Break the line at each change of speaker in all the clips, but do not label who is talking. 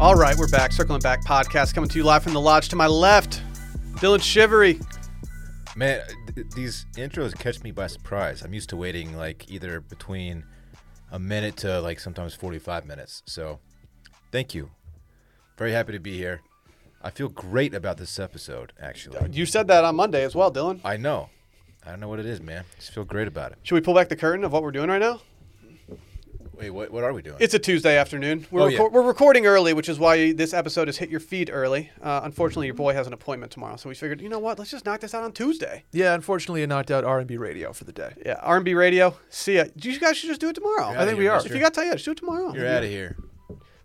right, we're back. Circling Back podcast coming to you live from the lodge. To my left, Dylan Shivery.
Man, th- these intros catch me by surprise. I'm used to waiting like either between a minute to like sometimes 45 minutes. So, thank you. Very happy to be here. I feel great about this episode, actually.
You said that on Monday as well, Dylan.
I know. I don't know what it is, man. Just feel great about it.
Should we pull back the curtain of what we're doing right now?
Wait, what, what are we doing?
It's a Tuesday afternoon. We're,
Oh, yeah.
recor- we're recording early, which is why this episode has hit your feed early. Uh, unfortunately, your boy has an appointment tomorrow, so we figured, you know what? Let's just knock this out on Tuesday.
Yeah, unfortunately, it knocked out R&B radio for the day.
Yeah, R&B radio. See ya. You guys should just do it tomorrow.
You're outta
think
here,
we are.
mister.
If you got time, yeah, just do it tomorrow.
You're out of here.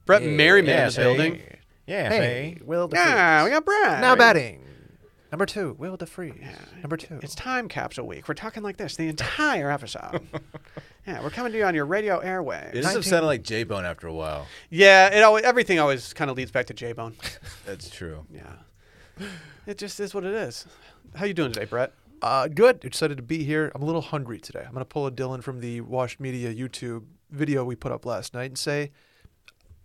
Brett Merriman
Yeah,
in the
hey.
building.
Yeah, hey.
Will
Yeah, we got Brett.
now batting. Number two, Will DeFreeze. Number two.
It's time capsule week. We're talking like this the entire episode. yeah, we're coming to you on your radio airwaves.
This stuff
19
sounded like J Bone after a while.
yeah, it always everything always kind of leads back to J Bone.
That's true.
yeah, it just is what it is. How you doing today, Brett?
Uh, good. Excited to be here. I'm a little hungry today. I'm gonna pull a Dylan from the Washed Media YouTube video we put up last night and say,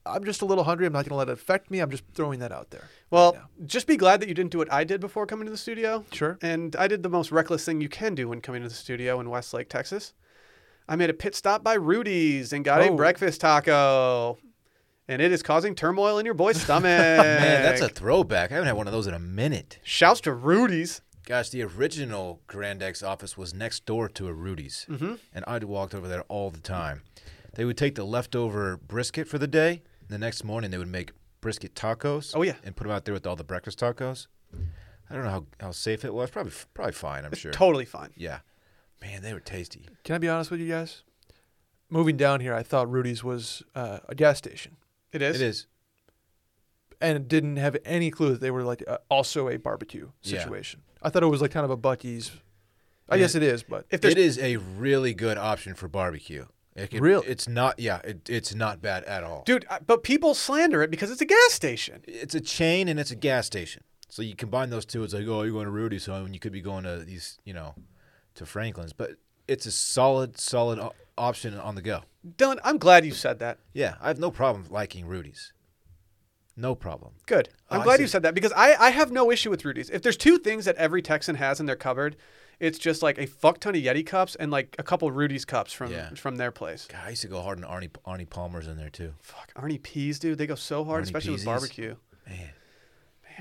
I'm just a little hungry. I'm not gonna let it affect me. I'm just throwing that out there.
Well,
Yeah.
just be glad that you didn't do what I did before coming to the studio.
Sure.
And I did the most reckless thing you can do when coming to the studio in Westlake, Texas. I made a pit stop by Rudy's and got a
Oh.
breakfast taco. And it is causing turmoil in your boy's stomach.
Man, that's a throwback. I haven't had one of those in a minute.
shouts to Rudy's.
Gosh, the original Grand X office was next door to a Rudy's, mm-hmm. and I'd walked over there all the time. They would take the leftover brisket for the day. and The next morning, they would make brisket tacos.
Oh, yeah.
and put them out there with all the breakfast tacos. I don't know how, how safe it was. Probably probably fine. I'm sure.
Totally fine.
yeah, man, they were tasty.
Can I be honest with you guys? Moving down here, I thought Rudy's was uh, a gas station,
It is.
It is.
and didn't have any clue that they were like uh, also a barbecue
Yeah.
situation. I thought it was like kind of a Bucky's. I guess it is, but
If there's
It is a really good option for barbecue. It can-
Really?
it's not. Yeah, it, it's not bad at all.
dude, I- but people slander it because it's a gas station.
it's a chain and it's a gas station. So you combine those two, it's like, oh, you're going to Rudy's, so you could be going to these, you know, to Franklin's. But it's a solid, solid o- option on the go.
Dylan, I'm glad you said that.
Yeah, I have no problem liking Rudy's. No problem.
Good. I'm
Oh, I
glad you
see.
said that because I, I have no issue with Rudy's. If there's two things that every Texan has in their cupboard, it's just like a fuck ton of Yeti cups and like a couple Rudy's cups from
Yeah.
from their place.
God, I used to go hard on Arnie, Arnie Palmer's in there too.
Fuck, Arnie Peas, dude, they go so hard,
Arnie
especially with
Peasies.
barbecue.
Man,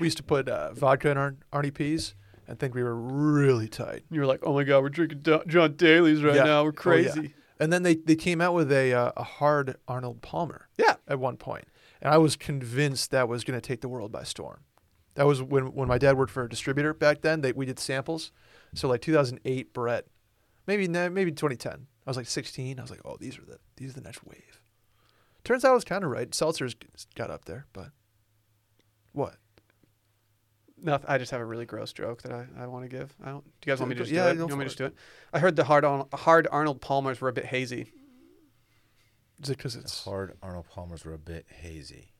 We used to put uh, vodka in our Arnie peas and think we were really tight.
You were like, oh my god, we're drinking Do- John Daly's right
Yeah.
now. We're
Oh, yeah.
crazy.
And then they, they came out with a uh, a hard Arnold Palmer
yeah.
at one point, and I was convinced that was going to take the world by storm. That was when when my dad worked for a distributor back then. They we did samples, so like 2008 Brett, maybe na- maybe 2010. I was like 16. I was like, oh, these are the these are the next wave. Turns out I was kind of right. Seltzers g- got up there, but what?
No, I just have a really gross joke that I, I want to give. I don't. Do you guys want me to just
Yeah,
do it?
go
You want me
for
to
it.
just do it? I heard the hard on, hard Arnold Palmers were a bit hazy.
Is it because it's
hard Arnold Palmer's were a bit hazy.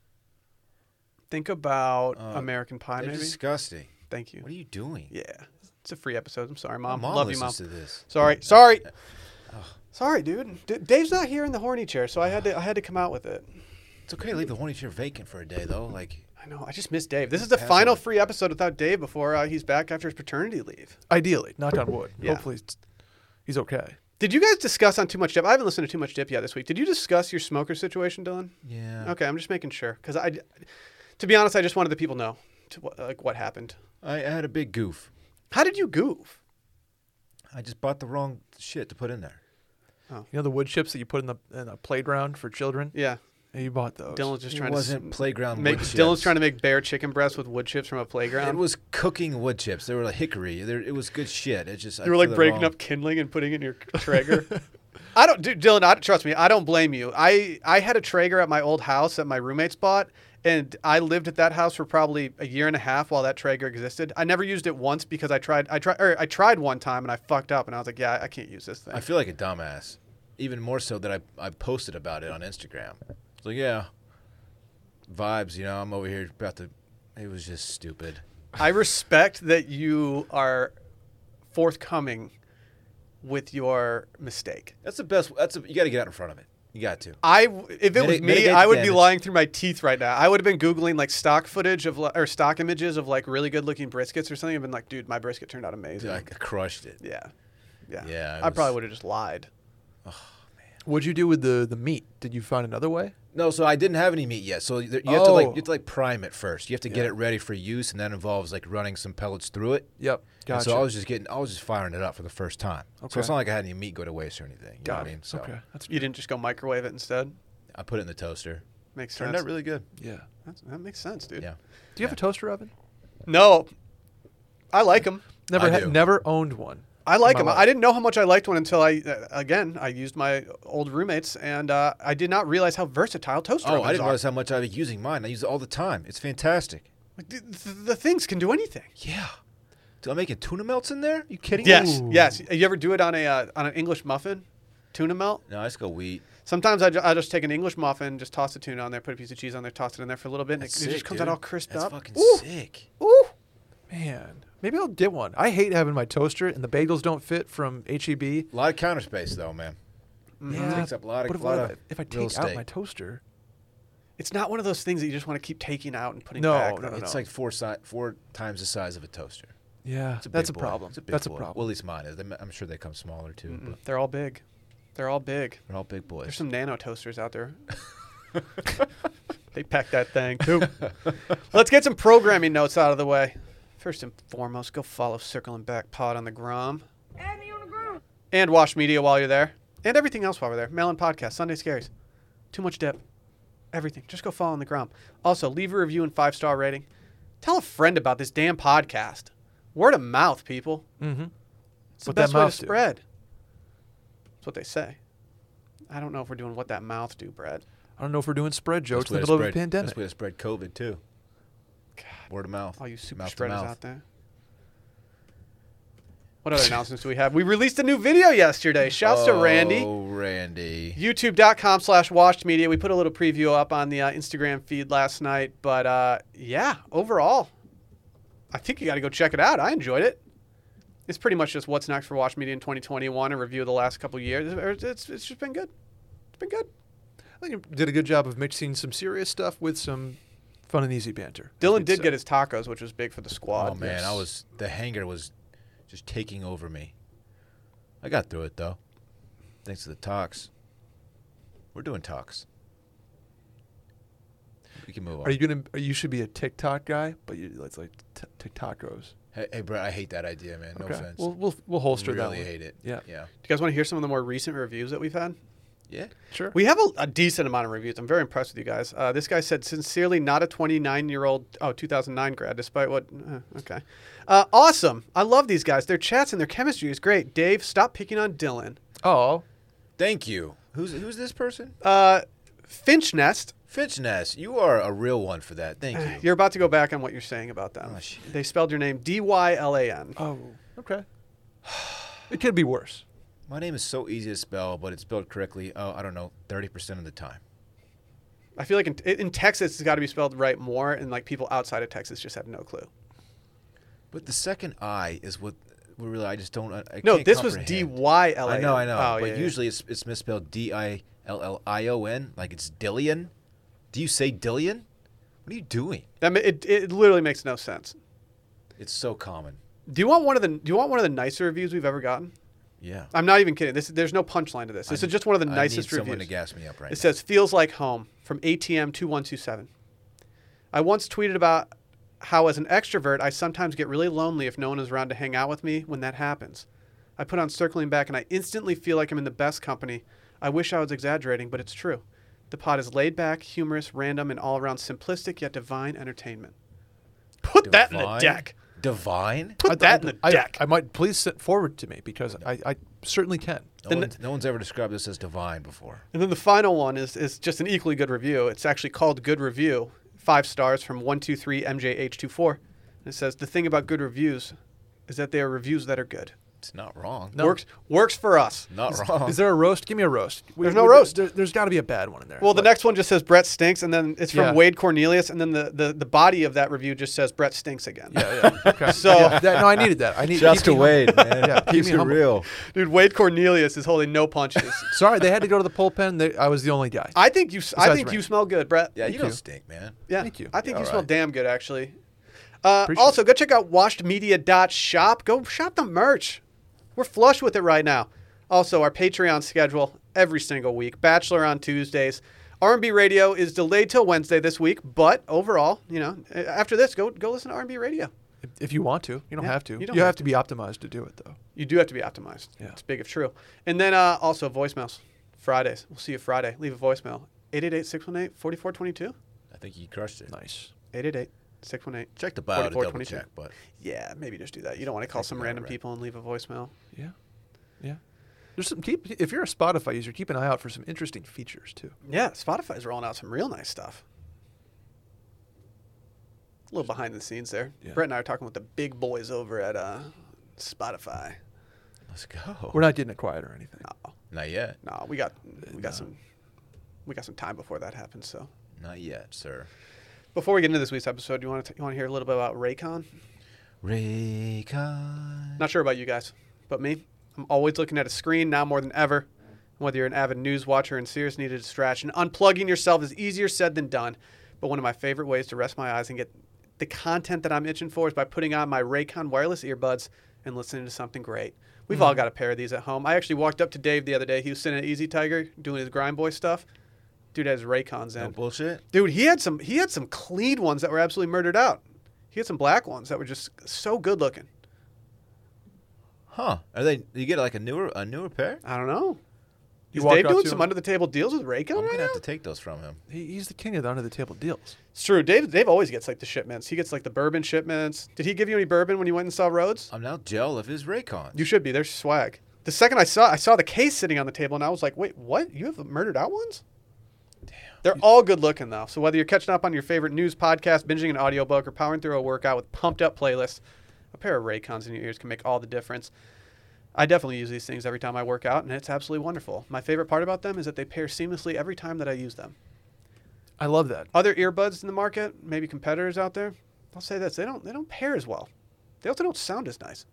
Think about
Uh,
American Pie,
They're
maybe.
disgusting.
Thank you.
What are you doing?
Yeah, it's a free episode. I'm sorry,
My
mom. Love you, mom.
listens to this.
Sorry, sorry, sorry, dude. D- Dave's not here in the horny chair, so I had to I had to come out with it.
It's okay to leave the horny chair vacant for a day though. Like,
I know. I just miss Dave. This is the
Pass
final
it.
free episode without Dave before uh, he's back after his paternity leave.
Ideally, knock on wood.
Yeah.
Hopefully, it's- he's okay.
Did you guys discuss on Too Much Dip? I haven't listened to Too Much Dip yet this week. Did you discuss your smoker situation, Dylan?
yeah.
Okay, I'm just making sure because I, to be honest, I just wanted the people to know to, wh- like what happened.
I, I had a big goof.
How did you goof?
I just bought the wrong shit to put in there.
You know the wood chips that you put in the in a playground for children.
Yeah,
You bought those.
Dylan's just
it
trying
wasn't
to s-
playground
make.
Um, wood chips.
Dylan's trying to make bare chicken breasts with wood chips from a playground.
It was cooking wood chips. They were like hickory. They're, it was good shit. It just I
You were like
threw the
breaking
wrong-
up kindling and putting it in your Traeger. I don't, dude, Dylan. I, trust me, I don't blame you. I I had a Traeger at my old house that my roommates bought, and I lived at that house for probably a year and a half while that Traeger existed. I never used it once because I tried I tried or I tried one time and I fucked up, and I was like, yeah, I can't use this thing.
I feel like a dumbass. Even more so that I I posted about it on Instagram. It's like yeah, vibes. You know, I'm over here about to. It was just stupid.
I respect that you are forthcoming with your mistake.
That's the best. That's a, you got to get out in front of it. You got to.
I w- if it was
Mitig-
me,
mitigate
I
the
would be
damage.
lying through my teeth right now. I would have been googling like stock footage of li- or stock images of like really good looking briskets or something. I've been like, dude, my brisket turned out amazing.
Dude, I crushed it.
yeah, yeah,
Yeah, it
I probably
was-
would have just lied.
What'd you do with the the meat? Did you find another way?
No, so I didn't have any meat yet. So there- you have to like
Oh.
you have to like prime it first. You have to get it ready for use, and that involves like running some pellets through it.
Yep.
And
Gotcha.
so I was just getting, I was just firing it up for the first time. So
Okay.
it's not like I had any meat go to waste or anything. You know
Got
what I
it.
mean? So
Okay. That's
You didn't just go microwave it instead.
I put it in the toaster.
Makes sense.
Turned out really good.
yeah.
That's, that makes sense, dude.
Yeah.
Do you have a toaster oven?
No, I like them.
Never
I
ha-
do.
never owned one.
I like
my
them.
life.
I didn't know how much I liked one until I, uh, again, I used my old roommates, and uh, I did not realize how versatile toaster
Oh,
ovens
I didn't
are.
realize how much I was using mine. I use it all the time. It's fantastic.
Like, th- th- the things can do anything.
Yeah. Do I make a tuna melts in there? you kidding
Yes,
me?
yes. You ever do it on a uh, on an English muffin, tuna melt?
No, I just go wheat.
Sometimes I, ju- I just take an English muffin, just toss the tuna on there, put a piece of cheese on there, toss it in there for a little bit, and it,
That's
it just
sick,
comes
dude.
out all crisped
That's
up.
fucking
Ooh,
sick.
ooh.
Man, maybe I'll get one. I hate having my toaster and the bagels don't fit from HEB.
A lot of counter space though, man.
Yeah,
Mm-hmm. takes up a lot of-
but if,
lot
I-
of
if I
real
take out my
estate.
toaster,
It's not one of those things that you just want to keep taking out and putting
No,
back.
no, no,
It's like four si- four times the size of a toaster.
yeah,
It's a big
that's a
boy.
problem.
It's a big
that's
boy.
a problem.
Well, at least mine is. I'm I'm sure they come smaller too. But
Mm. They're all big. They're all big.
they're all big boys.
There's some nano toasters out there. they pack that thing too. Let's get some programming notes out of the way. First and foremost, go follow Circling Back Pod on the Grom.
Add me on the ground.
And Wash Media while you're there. And everything else while we're there. Melon Podcast, Sunday Scaries, Too Much Dip, everything. Just go follow on the Grom. Also, leave a review and five star rating. Tell a friend about this damn podcast. Word of mouth, people.
mm-hmm.
It's
What
the
that
best way to
mouth do.
spread. That's what they say. I don't know if we're doing what that mouth do, Brad.
I don't know if we're doing spread jokes
Best
in
way
the
to
middle of a
spread-
pandemic.
Best way to spread COVID too.
God.
Word of mouth.
All you super
mouth to
spreaders
mouth.
out there. What other announcements do we have? We released a new video yesterday. Shouts to Randy.
Oh, Randy.
YouTube.com slash washed media. We put a little preview up on the uh, Instagram feed last night. But uh, yeah, overall, I think you got to go check it out. I enjoyed it. It's pretty much just what's next for Watch Media in 2021, a review of the last couple years. It's, it's, it's just been good. It's been good.
I think you did a good job of mixing some serious stuff with some fun and easy banter. as
Dylan
we'd
did
say.
get his tacos, which was big for the squad.
Oh man, I was the hanger was just taking over me. I got through it though, thanks to the talks. We're doing talks. We can move on.
Are you gonna? are- You should be a TikTok guy, but you it's like t- TikTokos.
hey, hey, Brett, I hate that idea, man. No
Okay.
offense.
We'll we'll, we'll holster that.
really
one.
hate it.
Yeah.
yeah,
Do you guys want to hear some of the more recent reviews that we've had?
yeah.
Sure.
We have a, a decent amount of reviews. I'm very impressed with you guys. Uh, this guy said, sincerely, not a 29 year old, oh, 2009 grad, despite what. Uh, okay. Uh, awesome. I love these guys. Their chats and their chemistry is great. Dave, stop picking on Dylan.
oh,
Thank you. Who's who's this person?
Uh, Finch Nest,
Finch Ness. You are a real one for that. Thank you.
you're about to go back on what you're saying about them.
Oh, shit.
They spelled your name D Y L A N.
oh, okay. It could be worse.
My name is so easy to spell, but it's spelled correctly. Oh, I don't know, thirty percent of the time.
I feel like in, in Texas, it's got to be spelled right more, and like people outside of Texas just have no clue.
But the second I is what we really. I just don't. I, I
No,
can't
this was D
comprehend.
Y L A N.
I know, I know.
Oh,
but
yeah, yeah.
usually it's, it's misspelled D I L L I O N, like it's Dillion. Do you say Dillion? What are you doing?
That ma- it, it literally makes no sense.
It's so common.
Do you want one of the Do you want one of the nicer reviews we've ever gotten?
Yeah.
I'm not even kidding. This there's no punchline to this. This
I-
is just one of the
I
nicest
need
reviews.
Someone to gas me up right
It says feels like home from ATM two one two seven. I once tweeted about how as an extrovert I sometimes get really lonely if no one is around to hang out with me when that happens. I put on circling back and I instantly feel like I'm in the best company. I wish I was exaggerating, but it's true. The pod is laid back, humorous, random, and all around simplistic yet divine entertainment. Put
now.
that in the
Divine?
deck.
Divine?
Put
I-
that
I-
in the
I-
deck.
I, might please send forward to me because I, I certainly can.
The
No,
n-
one's, no one's ever described this as divine before.
And then the final one is is just an equally good review. It's actually called Good Review, five stars from one two three MJH24. And it says the thing about good reviews is that they are reviews that are good.
It's not wrong.
No.
Works works for us.
Not
Is-
wrong.
Is there a roast? Give me a roast. We-
There's no
we-
roast.
There, has got to be a bad one in there.
Well, the
Like,
next one just says Brett stinks, and then it's from
Yeah.
Wade Cornelius, and then the, the, the body of that review just says Brett stinks again.
Yeah, yeah. Okay.
So-
Yeah, that, no, I needed that. I need
Just
keep
to
me-
Wade, man.
Yeah, keep
Keeps
me
it
humble.
real.
Dude, Wade Cornelius is holding no punches.
Sorry, they had to go to the bullpen. They, I was the only guy.
I think you s- I
Besides
think
Ray.
you smell good, Brett.
Yeah, you
Thank
don't
you.
stink, man.
Yeah.
Thank you.
I think
Yeah,
you
all
smell
right.
damn good, actually. Uh,
Appreciate
also, go check out washedmedia.shop. Go shop the merch. We're flush with it right now. Also, our Patreon schedule every single week. Bachelor on Tuesdays. R&B Radio is delayed till Wednesday this week, but overall, you know, a- after this, go go listen to R&B Radio.
If- If you want to, you don't
Yeah,
have to.
you
You,
don't
have,
have
to be optimized to do it, though.
You do have to be optimized.
Yeah.
It's big if true. And then uh, also voicemails. Fridays. We'll see you Friday. Leave a voicemail. 888-618-4422.
I think you crushed it.
Nice.
888-618.
Check the bio to
44,
double
22.
check, but
Yeah, maybe just do that. You don't want to call
Think
some
about it,
random
right.
people and leave a voicemail.
Yeah, yeah. There's some keep. If you're a Spotify user, keep an eye out for some interesting features too.
Yeah, Spotify's rolling out some real nice stuff. A little behind the scenes there.
Yeah.
Brett and I are talking with the big boys over at uh, Spotify.
let's go.
We're not getting it quiet or anything.
No,
not yet.
no, we got we got
No.
some we got some time before that happens. So
Not yet, sir.
before we get into this week's episode, you want to you want to hear a little bit about Raycon?
Raycon.
Not sure about you guys, but me, I'm always looking at a screen now more than ever. Whether you're an avid news watcher and serious need a distraction, unplugging yourself is easier said than done. But one of my favorite ways to rest my eyes and get the content that I'm itching for is by putting on my Raycon wireless earbuds and listening to something great. We've all got a pair of these at home. I actually walked up to Dave the other day. He was sitting at Easy Tiger doing his grind boy stuff. Dude has Raycons
no
in.
bullshit.
Dude, he had some he had some clean ones that were absolutely murdered out. He had some black ones that were just so good looking.
Huh? Are they? You get like a newer a newer pair?
I don't know.
You
Is
walk
Dave
up
doing
to
some
him-
under the table deals with Raycon
I'm
right
gonna
now?
have to take those from him.
He, he's the king of the under the table deals.
It's true. Dave Dave always gets like the shipments. He gets like the bourbon shipments. Did he give you any bourbon when you went and saw Rhodes?
I'm now jealous of his Raycon.
You should be. There's swag. The second I saw I saw the case sitting on the table and I was like, wait, what? You have the murdered out ones? Damn. They're all good looking though. So whether you're catching up on your favorite news podcast, binging an audiobook, or powering through a workout with pumped up playlists, a pair of Raycons in your ears can make all the difference. I definitely use these things every time I work out, and it's absolutely wonderful. My favorite part about them is that they pair seamlessly every time that I use them.
I love that.
other earbuds in the market, maybe competitors out there, I'll say this: they don't they don't pair as well. They also don't sound as nice.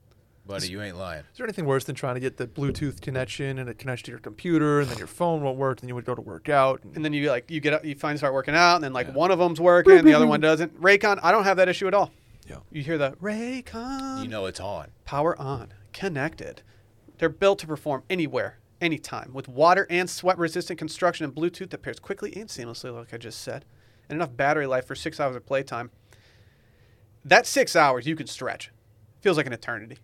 Buddy, you ain't lying.
Is there anything worse than trying to get the Bluetooth connection and it connects to your computer and then your phone won't work and you would go to work out? And,
And then you like you get up, you finally start working out, and then like
Yeah.
one of them's working, and the other one doesn't. Raycon, I don't have that issue at all.
yeah.
You hear the Raycon
You know it's on.
power on, connected. They're built to perform anywhere, anytime, with water and sweat-resistant construction and Bluetooth that pairs quickly and seamlessly, like I just said, and enough battery life for six hours of playtime. That six hours you can stretch. Feels like an eternity.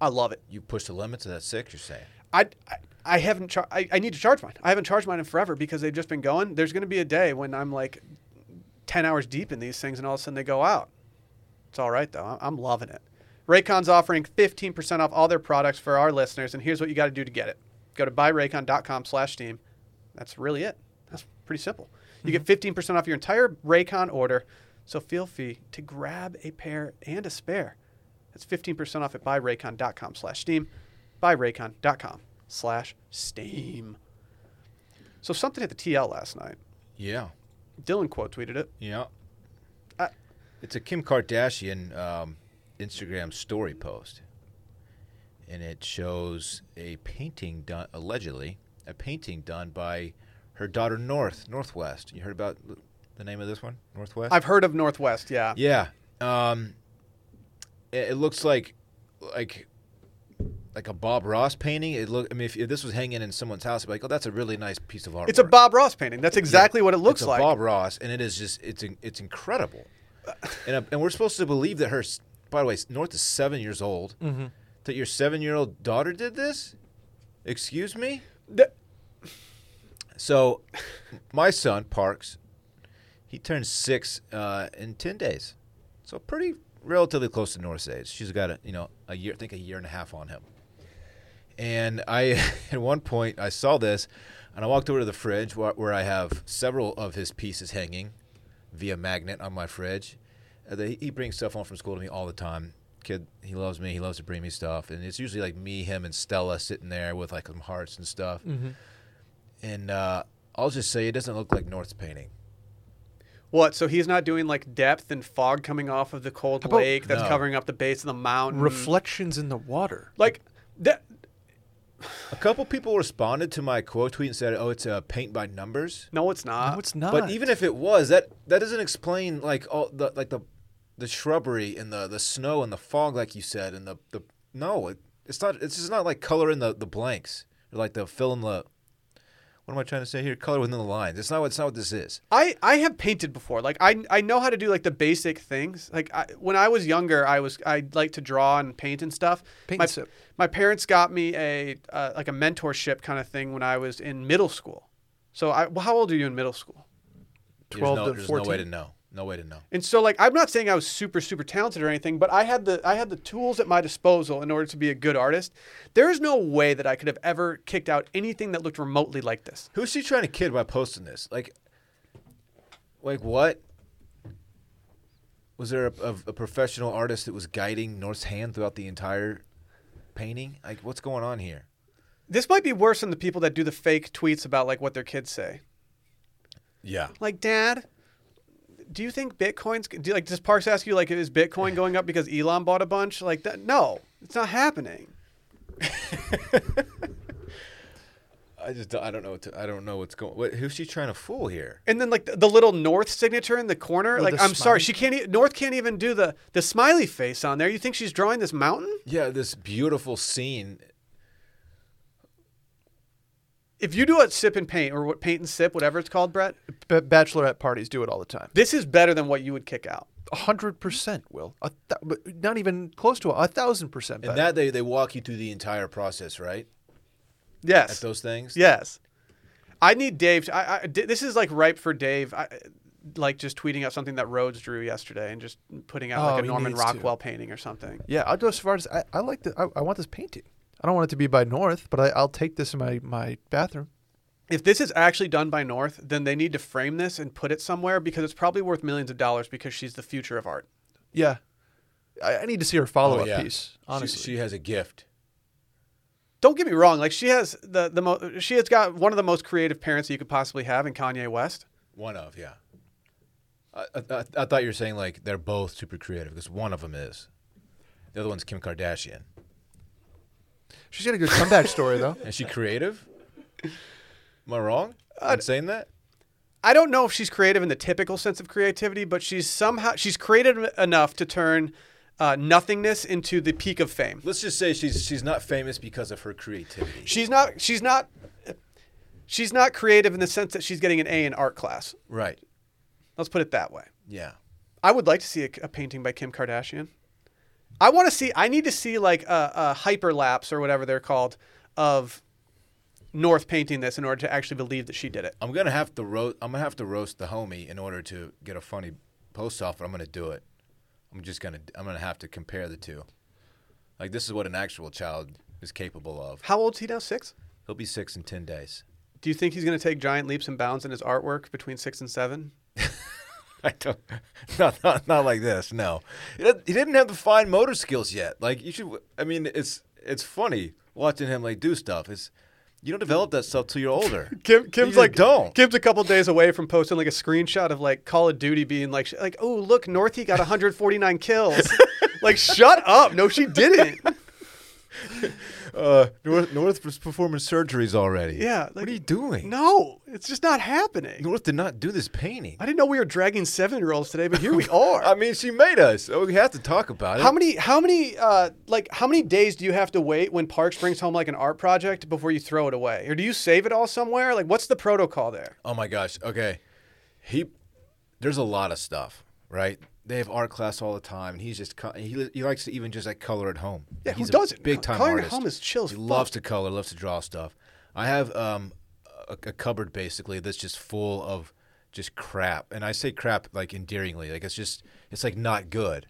I love it.
You push the limits of that six. You're saying.
I, I, I haven't. Char- I, I need to charge mine. I haven't charged mine in forever because they've just been going. There's going to be a day when I'm like ten hours deep in these things, and all of a sudden they go out. It's all right though. I- I'm loving it. Raycon's offering 15% off all their products for our listeners, and here's what you got to do to get it. Go to buyraycon.com/steam. That's really it. That's pretty simple. You get 15% off your entire Raycon order, so feel free to grab a pair and a spare. That's 15% off at buyraycon.com/steam. Buyraycon.com/steam. So something at the TL last night.
Yeah.
Dylan quote tweeted it.
Yeah.
I-
it's a Kim Kardashian um, Instagram story post, and it shows a painting done allegedly a painting done by her daughter North Northwest. You heard about the name of this one, Northwest?
I've heard of Northwest. Yeah.
Yeah. Um, it, it looks like like like a Bob Ross painting. It look. I mean, if, if this was hanging in someone's house, I'd be like, oh, that's a really nice piece of artwork.
It's a Bob Ross painting. That's exactly what it looks
it's
like.
A Bob Ross, and it is just it's in- it's incredible. and uh, and we're supposed to believe that her. s- By the way, s- North is seven years old.
Mm-hmm.
That your seven-year-old daughter did this? Excuse me.
Th-
So, my son Parks, he turned six uh, in ten days, so pretty relatively close to North's age. She's got a you know a year, I think a year and a half on him. And I, at one point, I saw this, and I walked over to the fridge where, where I have several of his pieces hanging via magnet on my fridge. Uh, they, he brings stuff home from school to me all the time. kid, he loves me. He loves to bring me stuff, and it's usually like me, him, and Stella sitting there with like some hearts and stuff. And uh, I'll just say it doesn't look like North's painting.
What? So he's not doing like depth and fog coming off of the cold
How about-
lake that's
No.
covering up the base of the mountain.
Reflections in the water.
like that.
A couple people responded to my quote tweet and said, "Oh, it's uh, paint by numbers."
No, it's not.
no, it's not.
But even if it was, that that doesn't explain like all the like the the shrubbery and the the snow and the fog, like you said, and the the no, it, it's not. It's just not like color in the the blanks or like the fill in the. What am I trying to say here? Color within the lines. It's not. what- It's not what this is.
I, I have painted before. Like I, I know how to do like the basic things. Like I, when I was younger, I was I like to draw and paint and stuff.
Paint
my,
and sip.
my parents got me a uh, like a mentorship kind of thing when I was in middle school. So I, well, how old are you in middle school?
There's
12
no,
to
there's
14.
no way to know. No way to know.
And so like I'm not saying I was super super talented or anything, but I had the I had the tools at my disposal in order to be a good artist. There is no way that I could have ever kicked out anything that looked remotely like this.
Who's she trying to kid by posting this? Like, like what? Was there a, a, a professional artist that was guiding North's hand throughout the entire painting? Like, what's going on here?
This might be worse than the people that do the fake tweets about like what their kids say.
Yeah.
Like, Dad, do you think Bitcoin's do, like? Does Parks ask you like, is Bitcoin going up because Elon bought a bunch? Like, that, no, it's not happening.
I just don't- I don't know what to, I don't know what's going. What, who's she trying to fool here?
And then like the, the little North signature in the corner.
With
like,
the
I'm sorry,
smiley-
she can't. E- North can't even do the the smiley face on there. You think she's drawing this mountain?
Yeah, this beautiful scene.
If you do a sip and paint or what paint and sip, whatever it's called, Brett,
B- bachelorette parties do it all the time.
this is better than what you would kick out.
A hundred percent, Will. A th- but not even close to a, a thousand percent.
And
Better.
that they, they walk you through the entire process, right? At
Yes.
those things.
Yes. I need Dave. To, I, I- di- this is like ripe for Dave, I, like just tweeting out something that Rhodes drew yesterday and just putting out
Oh,
like a
he
Norman
needs to.
Rockwell painting or something.
yeah, I'll go as far as I, I like the. I, I want this painting. I don't want it to be by North, but I, I'll take this in my my bathroom.
If this is actually done by North, then they need to frame this and put it somewhere because it's probably worth millions of dollars because she's the future of art.
Yeah, I, I need to see her
Oh,
follow up
yeah.
piece.
She-
Honestly,
she has a gift.
Don't get me wrong; like she has the the mo- she has got one of the most creative parents that you could possibly have in Kanye West.
One of, yeah. I, I, I- I thought you were saying like they're both super creative because one of them is. The other one's Kim Kardashian.
she's got a good comeback story though.
Is she creative? Am I wrong in saying that?
I don't know if she's creative in the typical sense of creativity, but she's somehow she's creative enough to turn uh, nothingness into the peak of fame.
Let's just say she's she's not famous because of her creativity.
She's not. She's not. She's not creative in the sense that she's getting an A in art class.
Right.
Let's put it that way.
Yeah.
I would like to see a, a painting by Kim Kardashian. I want to see. I need to see like a, a hyperlapse or whatever they're called of North painting this in order to actually believe that she did it.
I'm gonna have to roast. I'm gonna have to roast the homie in order to get a funny post off, but I'm gonna do it. I'm just gonna. I'm gonna have to compare the two. Like this is what an actual child is capable of.
How old's he now? Six.
He'll be six in ten days.
Do you think he's going to take giant leaps and bounds in his artwork between six and seven?
I don't. Not, not, not like this. No, he doesn't- he didn't have the fine motor skills yet. Like you should. I mean, it's it's funny watching him like do stuff. It's you don't develop that stuff till you're older.
Kim, Kim's
just
like
don't.
Kim's a couple days away from posting like a screenshot of like Call of Duty being like sh- like oh look Northy got 149 kills. like shut up. No, she didn't.
Uh, North North was performing surgeries already.
Yeah.
what
like,
are you doing?
No, it's just not happening.
North did not do this painting.
I didn't know we were dragging seven year olds today, but here we are.
I mean, she made us. So we have to talk about it.
How many? How many? Uh, like, how many days do you have to wait when Parks brings home like an art project before you throw it away, or do you save it all somewhere? Like, what's the protocol there?
Oh my gosh. Okay. He there's a lot of stuff, right? They have art class all the time, and he's just co- he, he likes to even just like color at home.
Yeah, who
he's a
doesn't?
Big time
Coloring at
artist.
home is chill as
He
fuck.
loves to color, loves to draw stuff. I have um a, a cupboard basically that's just full of just crap, and I say crap like endearingly, like it's just it's like not good.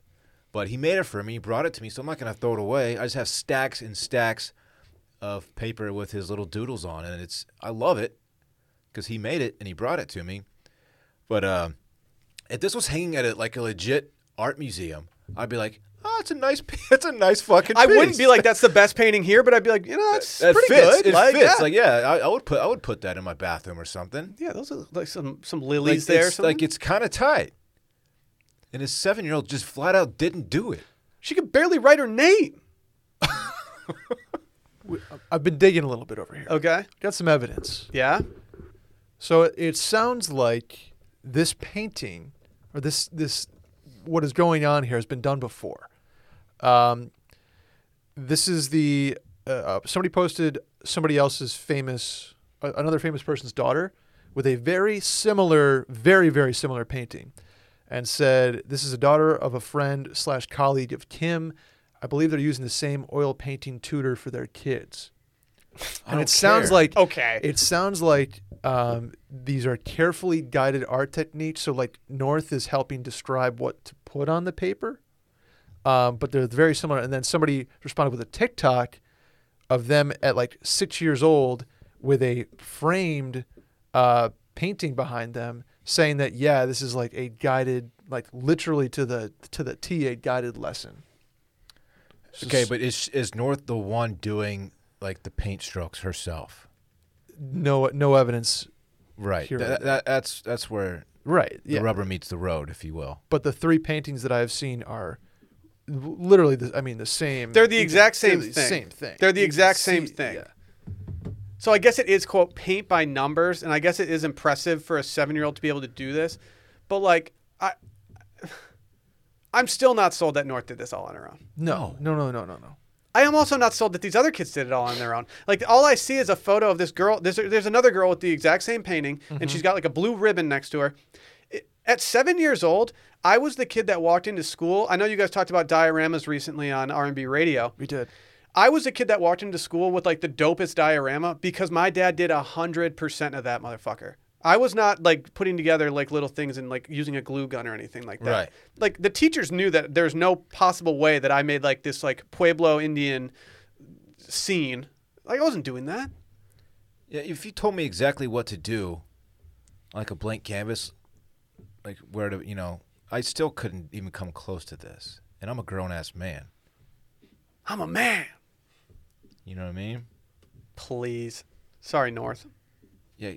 But he made it for me, he brought it to me, so I'm not gonna throw it away. I just have stacks and stacks of paper with his little doodles on, it, and it's I love it because he made it and he brought it to me. But uh, if this was hanging at a, like a legit art museum, I'd be like, oh, it's a nice, p- it's a nice fucking.
I wouldn't
piece."
be like that's the best painting here, but I'd be like, you know, that's
That
pretty
fits.
good.
It
like,
fits.
Yeah.
Like yeah, I, I would put I would put that in my bathroom or something.
yeah, those are like some some
Like,
lilies there.
it's, like it's kind of tight. And his seven year old just flat out didn't do it.
she could barely write her name.
I've been digging a little bit over here.
Okay.
Got some evidence.
Yeah.
So it, it sounds like this painting or this this what is going on here has been done before. Um, this is the uh, uh, somebody posted somebody else's famous uh, another famous person's daughter with a very similar very very similar painting and said this is a daughter of a friend slash colleague of kim i believe they're using the same oil painting tutor for their kids and
don't
it sounds
care.
like
Okay.
it sounds like um, these are carefully guided art techniques. So, like, North is helping describe what to put on the paper, um, but they're very similar. And then somebody responded with a TikTok of them at like six years old with a framed uh, painting behind them, saying that yeah, this is like a guided, like literally to the to the T a guided lesson.
Okay, but is is North the one doing like the paint strokes herself?
No, no evidence.
Right.
Here.
That, that, that's that's where
Right.
the
Yeah.
rubber meets the road, if you will.
but the three paintings that I have seen are l- literally the, I mean the same.
They're the
you
exact
can-
same
they're the
thing.
Same thing.
They're the
You can
exact same thing.
yeah.
So I guess it is quote paint by numbers, and I guess it is impressive for a seven year old to be able to do this. But like I I'm still not sold that North did this all on her own.
No, no, no, no, no, no.
I am also not sold that these other kids did it all on their own. Like all I see is a photo of this girl. There's there's another girl with the exact same painting,
Mm-hmm.
and she's got like a blue ribbon next to her. It- At seven years old, I was the kid that walked into school. I know you guys talked about dioramas recently on R&B radio.
We did.
I was a kid that walked into school with like the dopest diorama because my dad did a hundred percent of that motherfucker. I was not like putting together like little things and like using a glue gun or anything like that.
Right.
Like the teachers knew that there's no possible way that I made like this like Pueblo Indian scene. Like I wasn't doing that.
Yeah, if you told me exactly what to do, like a blank canvas, like where to, you know, I still couldn't even come close to this. And I'm a grown ass man.
I'm a man.
You know what I mean?
Please. Sorry, North.
Yeah.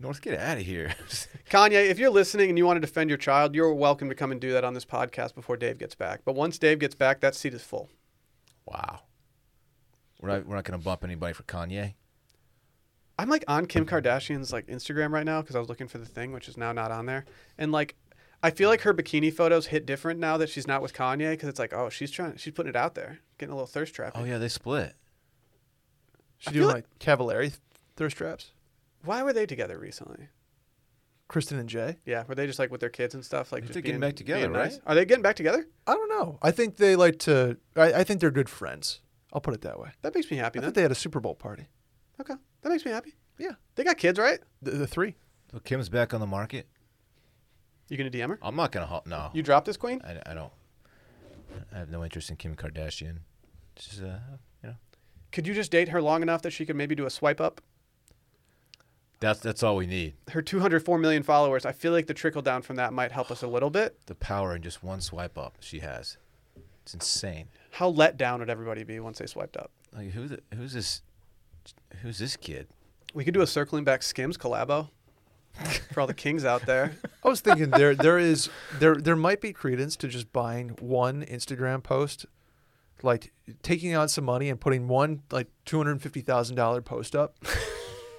North, get out of here.
Kanye, if you're listening and you want to defend your child, you're welcome to come and do that on this podcast before Dave gets back. But once Dave gets back, that seat is full.
wow. We're not, we're not going to bump anybody for Kanye.
I'm like on Kim Kardashian's like Instagram right now because I was looking for the thing, which is now not on there. And like, I feel like her bikini photos hit different now that she's not with Kanye because it's like, oh, she's trying, she's putting it out there, getting a little thirst trap.
Oh, yeah, they split.
She
I
doing
feel
like Cavallari thirst traps.
Why were they together recently?
Kristen and Jay.
Yeah, were they just like with their kids and stuff? Like,
think
just
they're getting
being-
back together,
being nice?
right?
Are they getting back together?
I don't know. I think they like to. I, I think they're good friends. I'll put it that way.
That makes me happy.
I
Then
think they had a Super Bowl party.
okay, that makes me happy.
Yeah.
They got kids, right?
The, the three.
So Kim's back on the market.
You gonna DM her?
I'm not going to help. No.
You drop this queen?
I, I don't. I have no interest in Kim Kardashian. She's, uh, you know.
Could you just date her long enough that she could maybe do a swipe up?
That's, that's all we need.
Her 204 million followers. I feel like the trickle down from that might help us a little bit.
the power in just one swipe up she has. It's insane.
How let down would everybody be once they swiped up?
Like who the, who's this who's this kid?
We could do a circling back Skims collabo for all the kings out there.
I was thinking there there is there there might be credence to just buying one Instagram post, like taking out some money and putting one like two hundred fifty thousand dollar post up.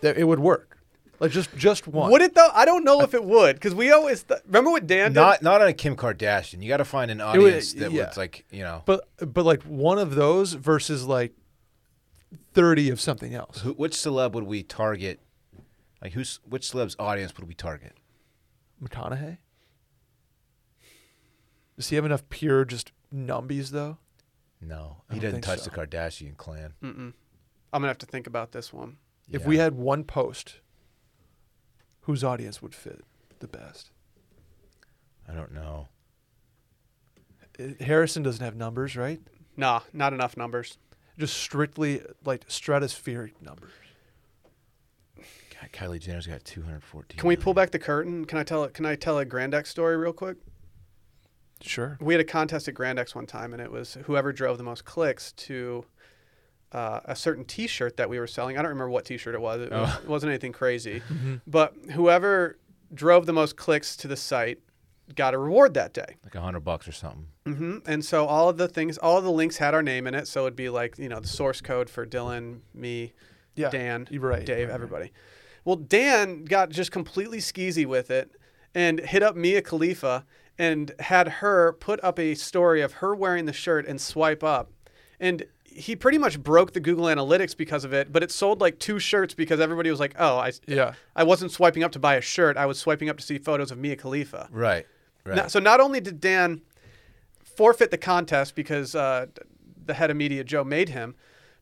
that it would work, like just just one.
Would it though? I don't know if it would because we always th- remember what Dan did.
Not not on a Kim Kardashian. You got to find an
would-
audience that
yeah.
would like, you know.
But but like one of those versus like thirty of something else.
Who, which celeb would we target? Like who's which celeb's audience would we target?
McConaughey. Does he have enough pure just numbies though?
No.
I
He
don't
doesn't
think
touch
so. Mm.
the Kardashian clan.
Mm-mm. I'm gonna have to think about this one.
If we
Yeah.
had one post, whose audience would fit the best?
I don't know.
it- Harrison doesn't have numbers, right?
Nah, not enough numbers.
Just strictly like stratospheric numbers.
God, Kylie Jenner's got 214.
Can we pull back the curtain? Can I tell? Can I tell a Grandex story real quick?
Sure.
we had a contest at Grand X one time, and it was whoever drove the most clicks to uh, a certain T-shirt that we were selling. I don't remember what T-shirt it was. It, was, it wasn't anything crazy, but whoever drove the most clicks to the site got a reward that day.
Like a hundred bucks or something.
hmm And so all of the things, all of the links had our name in it. So it'd be like you know the source code for Dylan, me,
Yeah.
Dan,
You're right.
Dave, everybody. Well, Dan got just completely skeezy with it and hit up Mia Khalifa and had her put up a story of her wearing the shirt and swipe up. And he pretty much broke the Google Analytics because of it, but it sold like two shirts because everybody was like, "Oh, I
Yeah.
I wasn't swiping up to buy a shirt. I was swiping up to see photos of Mia Khalifa."
Right. Right.
Now, so not only did Dan forfeit the contest because uh, the head of media Joe made him,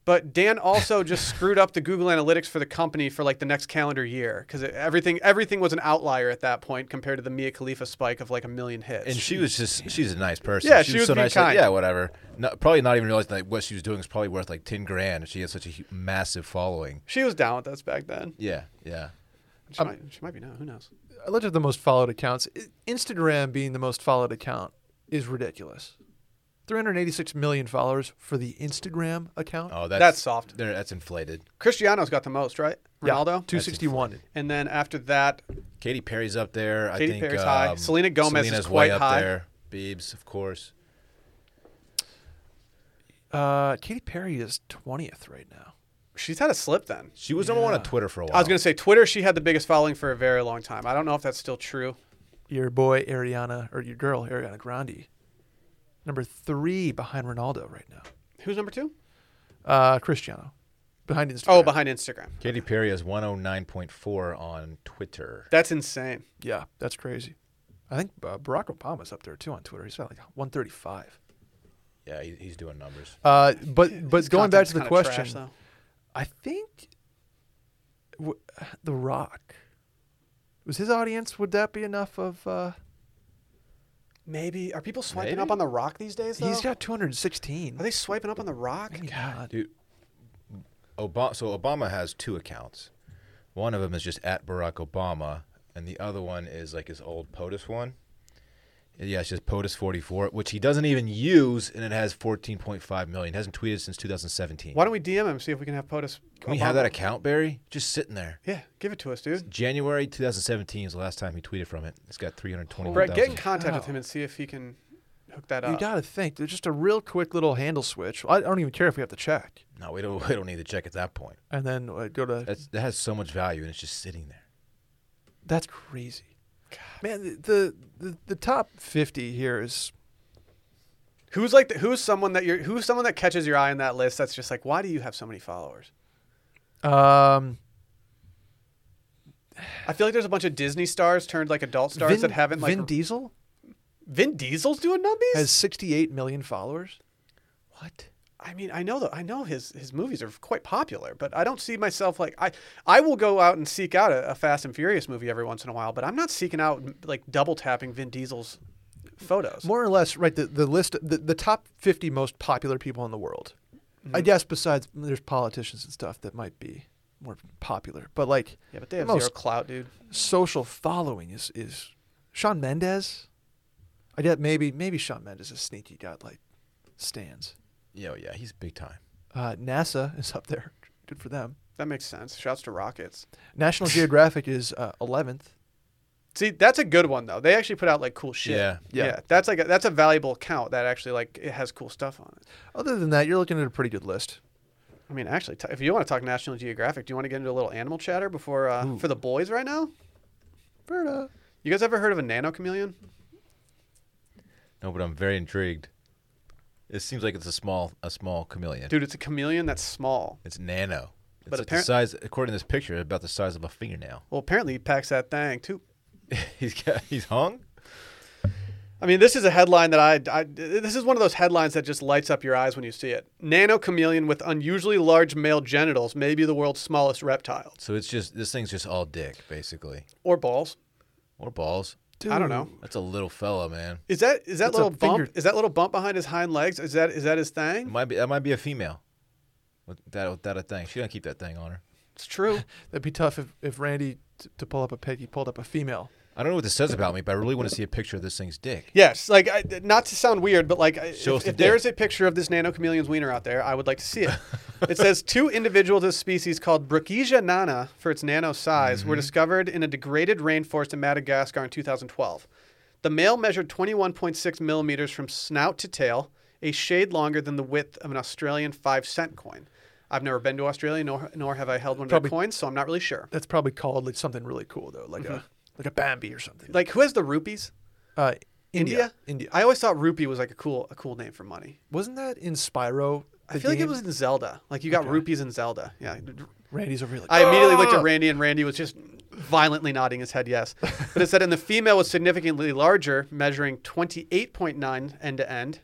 but Dan also just screwed up the Google Analytics for the company for like the next calendar year because everything everything was an outlier at that point compared to the Mia Khalifa spike of like a million hits.
and she was just she's a nice person.
Yeah, she
was
was
so
being
nice. like,
kind.
yeah, whatever. No, probably not even realizing like what she was doing is probably worth like ten grand. She has such a hu- massive following.
she was down with us back then.
Yeah, yeah.
She,
Um,
might, she might be now. Who knows?
I looked at the most followed accounts. I- Instagram being the most followed account is ridiculous. 386 million followers for the Instagram account.
Oh, that's
That's soft.
There, that's inflated.
Cristiano's got the most, right?
Yeah,
Ronaldo.
261.
And then after that,
Katy Perry's up there. I
Katy
think
Perry's
um,
high. Selena Gomez is
Selena's
quite
way up
high.
there. Biebs, of course.
Uh, Katy Perry is 20th right now.
she's had a slip then.
She was number one on Twitter for a while.
I was gonna say Twitter. She had the biggest following for a very long time. I don't know if that's still true.
Your boy Ariana or your girl Ariana Grande, number three behind Ronaldo right now.
Who's number two?
Uh, Cristiano, behind Instagram.
Oh, behind Instagram.
Katy Perry is one hundred nine point four on Twitter.
That's insane.
yeah, that's crazy. I think uh, Barack Obama's up there too on Twitter. He's got like 135.
Yeah, he, he's doing numbers.
Uh, but but
His
going back
content's
to the
kinda
question,
trash, though.
I think w- The Rock was his audience. Would that be enough of? Uh,
maybe are people swiping
Maybe?
up on the Rock these days? Though
he's got 216.
Are they swiping up on the Rock?
Thank God.
Dude, Obama. So Obama has two accounts. One of them is just at Barack Obama, and the other one is like his old POTUS one. Yeah, it's just POTUS 44, which he doesn't even use, and it has 14.5 million. Hasn't tweeted since 2017.
Why don't we DM him see if we can have POTUS?
Can we have that account, Barry? Just sitting there.
Yeah, give it to us, dude.
January 2017 is the last time he tweeted from it. It's got 320.
Brett, get in contact with
cow.
him and see if he can hook that
You
up.
got to think. There's just a real quick little handle switch. I I don't even care if we have to check.
No, we don't. We don't need to check at that point.
And then uh, go to.
That's, that has so much value, and it's just sitting there.
That's crazy. Man, the, the the the top 50 here is
who's like the, who's someone that you're who's someone that catches your eye on that list? That's just like, why do you have so many followers?
um
I feel like there's a bunch of Disney stars turned like adult stars
Vin,
that haven't like
Vin Diesel
Vin Diesel's doing numbies.
has 68 million followers. What?
I mean, I know that I know his his movies are quite popular, but I don't see myself like I I will go out and seek out a, a Fast and Furious movie every once in a while, but I'm not seeking out like double tapping Vin Diesel's photos.
More or less, right? The the list the, the top 50 most popular people in the world.
Mm-hmm.
I guess besides there's politicians and stuff that might be more popular, but like
yeah, but they have
the most
zero clout, dude.
social following is is Sean Mendez. I get maybe maybe Sean Mendez is sneaky got like stands.
Yeah, yeah, he's big time.
Uh, NASA is up there. Good for them.
That makes sense. Shouts to Rockets.
National Geographic is uh, 11th.
See, that's a good one though. They actually put out like cool shit.
Yeah.
yeah.
Yeah.
that's like a, that's a valuable account that actually like it has cool stuff on it.
Other than that, you're looking at a pretty good list.
I mean, actually, t- if you want to talk National Geographic, do you want to get into a little animal chatter before uh, for the boys right now?
Berta.
You guys ever heard of a nano chameleon?
No, but I'm very intrigued. It seems like it's a small a small chameleon.
Dude, it's a chameleon that's small.
It's nano. It's
But
like the
apparent-
size, according to this picture, about the size of a fingernail.
Well, apparently he packs that thing too.
he's got, he's hung.
I mean, this is a headline that I, I- This is one of those headlines that just lights up your eyes when you see it. Nano chameleon with unusually large male genitals may be the world's smallest reptile,
So it's just this thing's just all dick, basically,
or balls.
or balls.
I don't know.
That's a little fella, man.
Is that is that
That's a
little bump?
finger-
Is that little bump behind his hind legs? Is that is that his
It
thing?
might be that might be a female. With that without a thing, she don't keep that thing on her.
It's true.
That'd be tough if, if Randy t- to pull up a pig, he pulled up a female
I don't know what this says about me, but I really want to see a picture of this thing's dick.
Yes, like I, not to sound weird, but like I-
Show us
if,
the
if there
dick.
is a picture of this nano chameleon's wiener out there, I would like to see it. it says two individuals of the species called Brachysia nana for its nano size
Mm-hmm.
were discovered in a degraded rainforest in Madagascar in 2012. The male measured 21.6 millimeters from snout to tail, a shade longer than the width of an Australian five cent coin. I've never been to Australia, nor, nor have I held one of their
Probably-
coins, so I'm not really sure.
That's probably called like something really cool though, like a like a Bambi or something.
Mm-hmm. Like, who has the rupees?
uh,
India?
India, India.
I always thought rupee was like a cool, a cool name for money.
Wasn't that in Spyro?
I
the
feel like it
game?
was in Zelda. Like you got rupees in Zelda. Yeah.
Randy's over here. Like,
I immediately looked
"Ah!"
at Randy, and Randy was just violently nodding his head yes. But it said, and the female was significantly larger, measuring 28.9 end to end.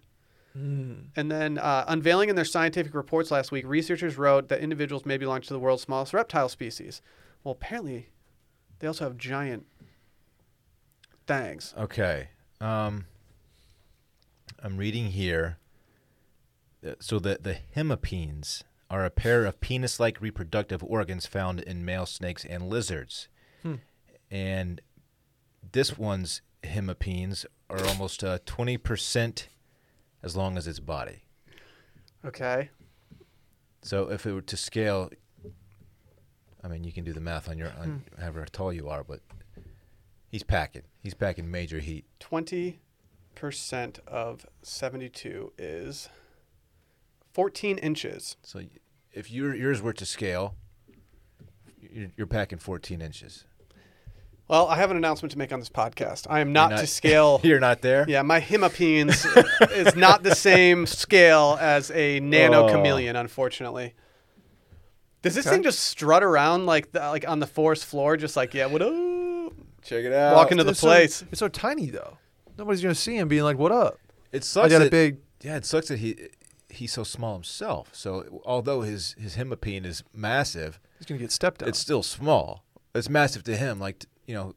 And then uh, unveiling in their scientific reports last week, researchers wrote that individuals may belong to the world's smallest reptile species. Well, apparently, they also have giant thangs.
Okay. Um, I'm reading here. Uh, So the the hemipenes are a pair of penis-like reproductive organs found in male snakes and lizards, and this one's hemipenes are almost uh, twenty percent as long as its body.
Okay.
So if it were to scale, I mean, you can do the math on your on however tall you are, but he's packing. He's packing major heat.
20% of 72 is 14 inches.
So y- if your yours were to scale, you're, you're packing 14 inches.
Well, I have an announcement to make on this podcast. I am not,
You're
to scale.
You're not there.
yeah, my hemipenes is not the same scale as a nano
Oh.
chameleon, unfortunately. Does this thing just strut around like the, like on the forest floor, just like yeah, what up?
Check it out.
Walking to the
It's so-
place.
it's so tiny though. Nobody's gonna see him being like, "What up?"
It sucks.
got a
that-
big-
Yeah, it sucks that he he's so small himself. So although his his hemipene is massive,
He's gonna get stepped on.
it's still small. It's massive to him. Like t- you know,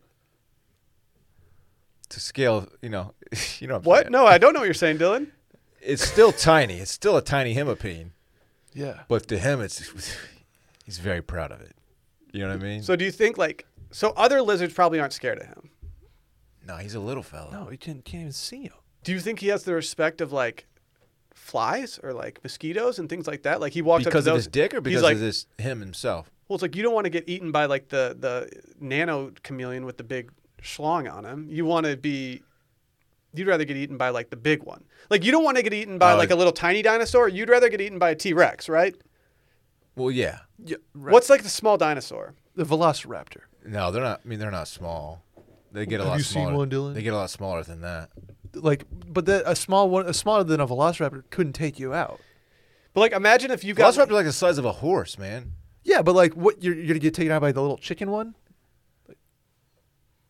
to scale. You know, you know. What, I'm
What?
saying.
No, I don't know what you're saying, Dylan.
It's still tiny. It's still a tiny hemipene.
yeah.
But to him, it's he's very proud of it. You know what I mean?
So do you think like so other lizards probably aren't scared of him?
no, he's a little fella.
No, you can't can't even see him.
Do you think he has the respect of like flies or like mosquitoes and things like that? Like he walks up
because
to
of
those,
his dick or
he's
because
like,
of this him himself?
Well, it's like you don't want to get eaten by like the the nano chameleon with the big schlong on him. You want to be. You'd rather get eaten by like the big one. Like you don't want to get eaten by
Oh,
like a little tiny dinosaur. You'd rather get eaten by a T Rex, right?
Well, yeah.
Yeah. Right.
What's like the small dinosaur?
the Velociraptor?
No, they're not. I mean, they're not small. They get a
Have
lot
you seen
smaller.
one, Dylan?
They get a lot smaller than that.
Like, but the, a small one, a smaller than a Velociraptor, couldn't take you out.
But like imagine if you got
Velociraptor like the size of a horse, man.
Yeah, but like, what you're, you're gonna get taken out by the little chicken one?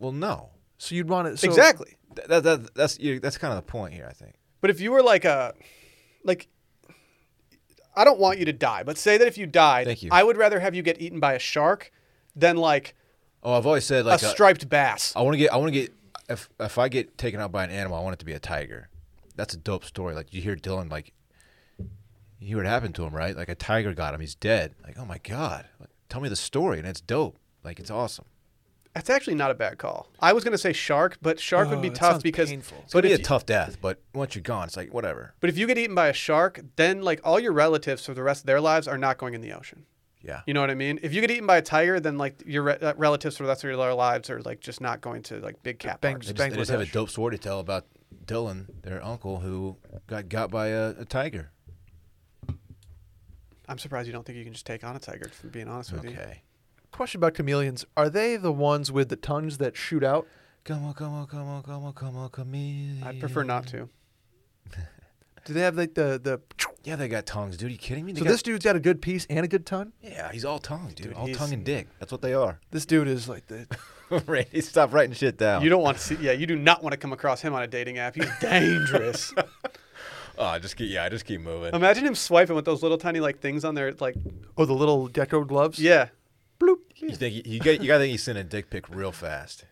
Well, no.
So you'd want to so,
exactly.
Th- That, that, that's you that's kind of the point here, I think.
But if you were like a, like, I don't want you to die, but say that if you died,
Thank you.
I would rather have you get eaten by a shark than like,
Oh, I've always said like
a
a-
striped bass.
I want to get. I want to get. If if I get taken out by an animal, I want it to be a tiger. That's a dope story. Like you hear Dylan, like you hear what happened to him, right? Like a tiger got him. He's dead. Like oh my god, tell me the story, and it's dope. Like it's awesome.
That's actually not a bad call. I was going to say shark, but shark would
Oh,
be
that
tough
sounds
because.
painful.
It's
But
gonna be
if
a
you,
tough death, but once you're gone, it's like whatever.
but if you get eaten by a shark, then like all your relatives for the rest of their lives are not going in the ocean.
Yeah.
You know what I mean? If you get eaten by a tiger, then like your re- uh, relatives for the rest of your lives are like just not going to like big cat
Bang-
parks.
They just, they just have a
Bangladesh.
dope story to tell about Dylan, their uncle, who got got by a, a tiger.
I'm surprised you don't think you can just take on a tiger. If I'm being honest with you.
Okay.
Question about chameleons: Are they the ones with the tongues that shoot out?
Come on, come on, come on, come on, come on, come on.
I prefer not to.
Do they have like the the?
Yeah, they got tongues, dude. Are you kidding me? They
So
got-
this dude's got a good piece and a good tongue.
Yeah, he's all tongue, dude.
Dude,
all
he's-
tongue and dick. That's what they are.
This dude is like the.
Randy, stop writing shit down.
You don't want to see. Yeah, you do not want to come across him on a dating app. He's dangerous.
oh, just keep. Yeah, I just keep moving.
Imagine him swiping with those little tiny like things on their like.
Oh, the little deco gloves.
Yeah.
Bloop.
you think you, you get? You gotta think he's sending a dick pic real fast.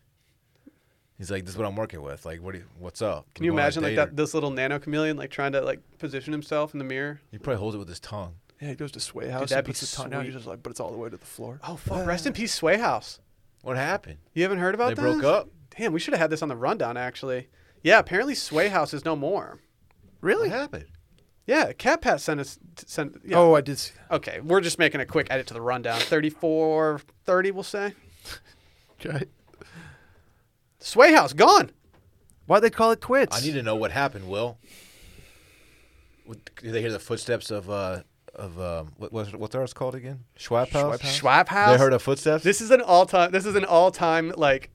He's like, "This is what I'm working with. Like, what? Do you, what's up?
Can you
want a
imagine like
date
that?
or-
This little nano chameleon like trying to like position himself in the mirror.
He probably holds it with his tongue.
Yeah, he goes to Sway House
that'd
and
be
puts his tongue out. He's
sweet.
Oh,
just like, but it's all the way to the floor.
Oh fuck! Rest in peace, Sway House.
What happened?
You haven't heard about
They
that?
broke up?
Damn, we should have had this on the rundown actually. Yeah, apparently Sway House is no more.
What
Really?
happened?
Yeah, Cat Pat sent us sent yeah.
Oh, I did. See
Okay, we're just making a quick edit to the rundown. 34 30 we'll say.
Okay.
Sway House gone.
Why'd they call it quits?
I need to know what happened, Will. What- Did they hear the footsteps of uh of um what was what's ours called again? Schwab House.
Schwab House.
They heard of footsteps.
This is an all time. This is an all time like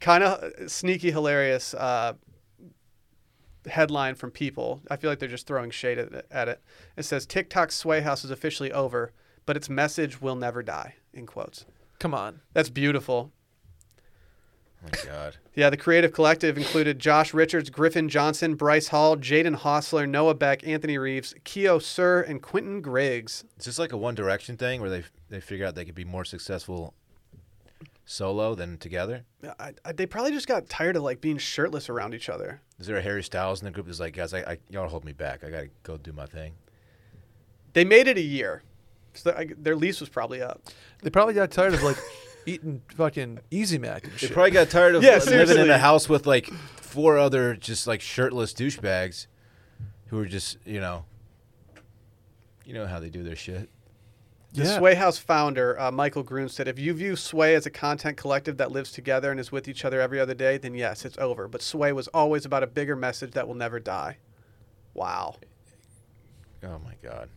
kind of sneaky hilarious uh, headline from people. I feel like they're just throwing shade at it. At it. it says TikTok's sway house is officially over, but its message will never die. In quotes.
Come on.
That's beautiful.
oh my God.
Yeah, the creative collective included Josh Richards, Griffin Johnson, Bryce Hall, Jaden Hostler, Noah Beck, Anthony Reeves, Keo Sir, and Quentin Griggs.
It's just like a One Direction thing where they they figure out they could be more successful solo than together.
I, I, they probably just got tired of like being shirtless around each other.
Is there a Harry Styles in the group that's like, guys, I, I y'all hold me back. I gotta go do my thing.
They made it a year, so their- I- their lease was probably up.
They probably got tired of like eating fucking Easy Mac and
They
shit.
probably got tired of
Yeah,
li- living in
seriously.
a house with like four other just like shirtless douchebags who are just you know, you know how they do their shit.
The
Yeah.
Sway House founder, uh, Michael Groom, said, If you view Sway as a content collective that lives together and is with each other every other day, then yes, it's over. But Sway was always about a bigger message that will never die. Wow.
Oh my god,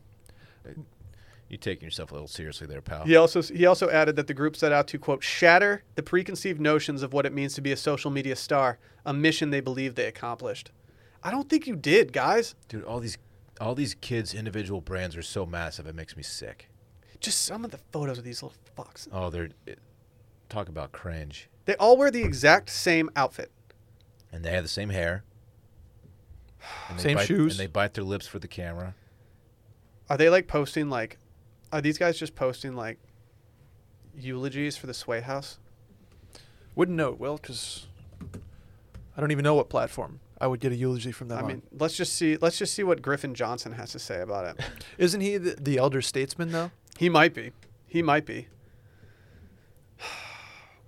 you taking yourself a little seriously there, pal.
He also he also added that the group set out to quote shatter the preconceived notions of what it means to be a social media star, a mission they believe they accomplished. I don't think you did, guys.
dude. All these, all these kids' individual brands are so massive. It makes me sick.
Just some of the photos of these little fucks.
Oh, they're it, talk about cringe.
They all wear the exact same outfit.
And they have the same hair. And they
Same
bite-
shoes.
And they bite their lips for the camera.
Are they like posting like are these guys just posting like eulogies for the Sway House?
Wouldn't know, Will, because I don't even know what platform I would get a eulogy from them.
I
on.
mean, let's just see. Let's just see what Griffin Johnson has to say about it.
isn't he the, the elder statesman though?
he might be. He might be.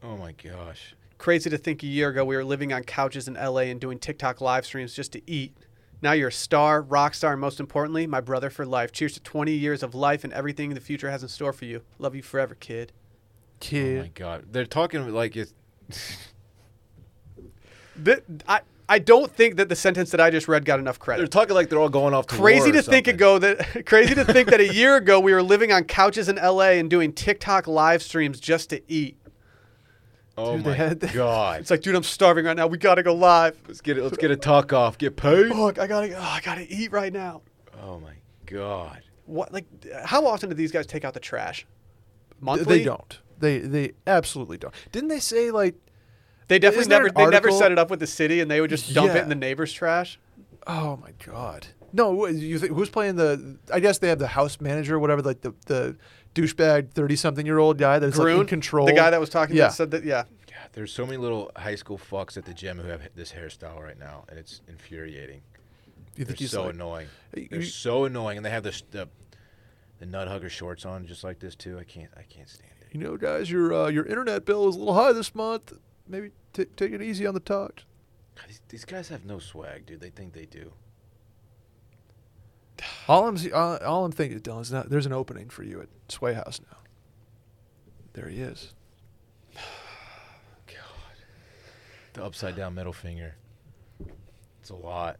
Oh my gosh.
Crazy to think a year ago we were living on couches in LA and doing TikTok live streams just to eat. Now you're a star, rock star, and most importantly, my brother for life. Cheers to 20 years of life and everything the future has in store for you. Love you forever, kid.
Oh my god. They're talking like it's.
Th- I, I don't think that the sentence that I just read got enough credit.
They're talking like they're all going off to
crazy
war or
to think
something.
ago that crazy to think that a year ago we were living on couches in LA and doing TikTok live streams just to eat.
Oh
Dude, they
my
had-
god.
It's like, dude, I'm starving right now. We gotta go live.
let's get it. Let's get a talk off. Get paid.
Fuck, I gotta, oh, I gotta eat right now.
Oh my god.
What, like, how often do these guys take out the trash?
Th-
Monthly.
They don't. They they absolutely don't. Didn't they say like
They definitely
Isn't there
never.
an
They never
article-
set it up with the city, and they would just dump it
Yeah.
in the neighbor's trash.
Oh my god. No, wha- you think, who's playing the? I guess they have the house manager, or whatever, like the the douchebag thirty something year old guy that's like in
Groon,
control.
The guy that was talking
Yeah.
that said that. Yeah,
God, there's so many little high school fucks at the gym who have this hairstyle right now, and it's infuriating. They're
you think he's
so
like,
annoying.
Hey,
They're
you-
so annoying, and they have this, the the nut hugger shorts on just like this too. I can't I can't stand it.
you know, guys, your uh, your internet bill is a little high this month. Maybe t- take it easy on the talk.
God, these, these guys have no swag, dude. They think they do.
All I'm see- all, all I'm thinking, Dylan, is not, there's an opening for you at Sway House now. There he is.
God, the upside down middle finger. It's a lot.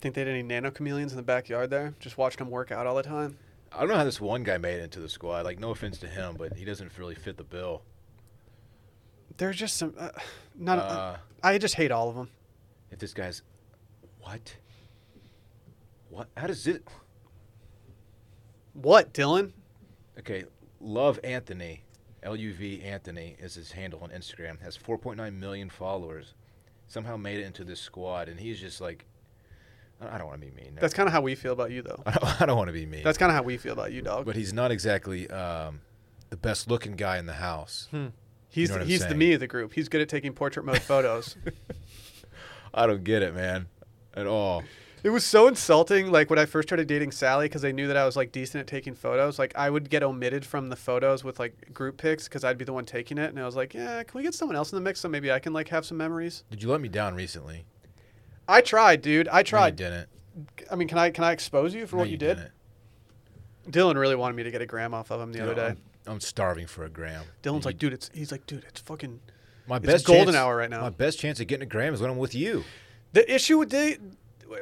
think they had any nano chameleons in the backyard there, just watching them work out all the time.
I don't know how this one guy made it into the squad. Like, no offense to him, but he doesn't really fit the bill.
There are just some. Uh, not.
Uh,
I just hate all of them.
If this guy's, what? What? How does it?
What, Dylan?
Okay, Love Anthony, L U V Anthony is his handle on Instagram, has 4.9 million followers. Somehow made it into this squad, and he's just like, I I don't want to be mean.
That's kind of how we feel about you, though.
I don't, I don't want to be mean.
That's kind of how we feel about you, dog.
but he's not exactly um, the best looking guy in the house.
He's
know what I'm
he's the
saying.
me of the group. He's good at taking portrait mode photos.
I don't get it, man, at all.
It was so insulting. Like when I first started dating Sally, because they knew that I was like decent at taking photos. Like I would get omitted from the photos with like group pics because I'd be the one taking it. And I was like, yeah, can we get someone else in the mix so maybe I can like have some memories?
Did you let me down recently?
I tried, dude. I
No, you
tried.
didn't.
I mean, can I can I expose you for
No,
what you, did?
didn't.
Dylan really wanted me to get a gram off of him the
No,
other day.
I'm- I'm starving for a gram.
Dylan's
You-
like, dude, it's he's like, dude, it's fucking.
my
it's
best
golden
chance-
hour right now.
My best chance of getting a gram is when I'm with you.
The issue with day,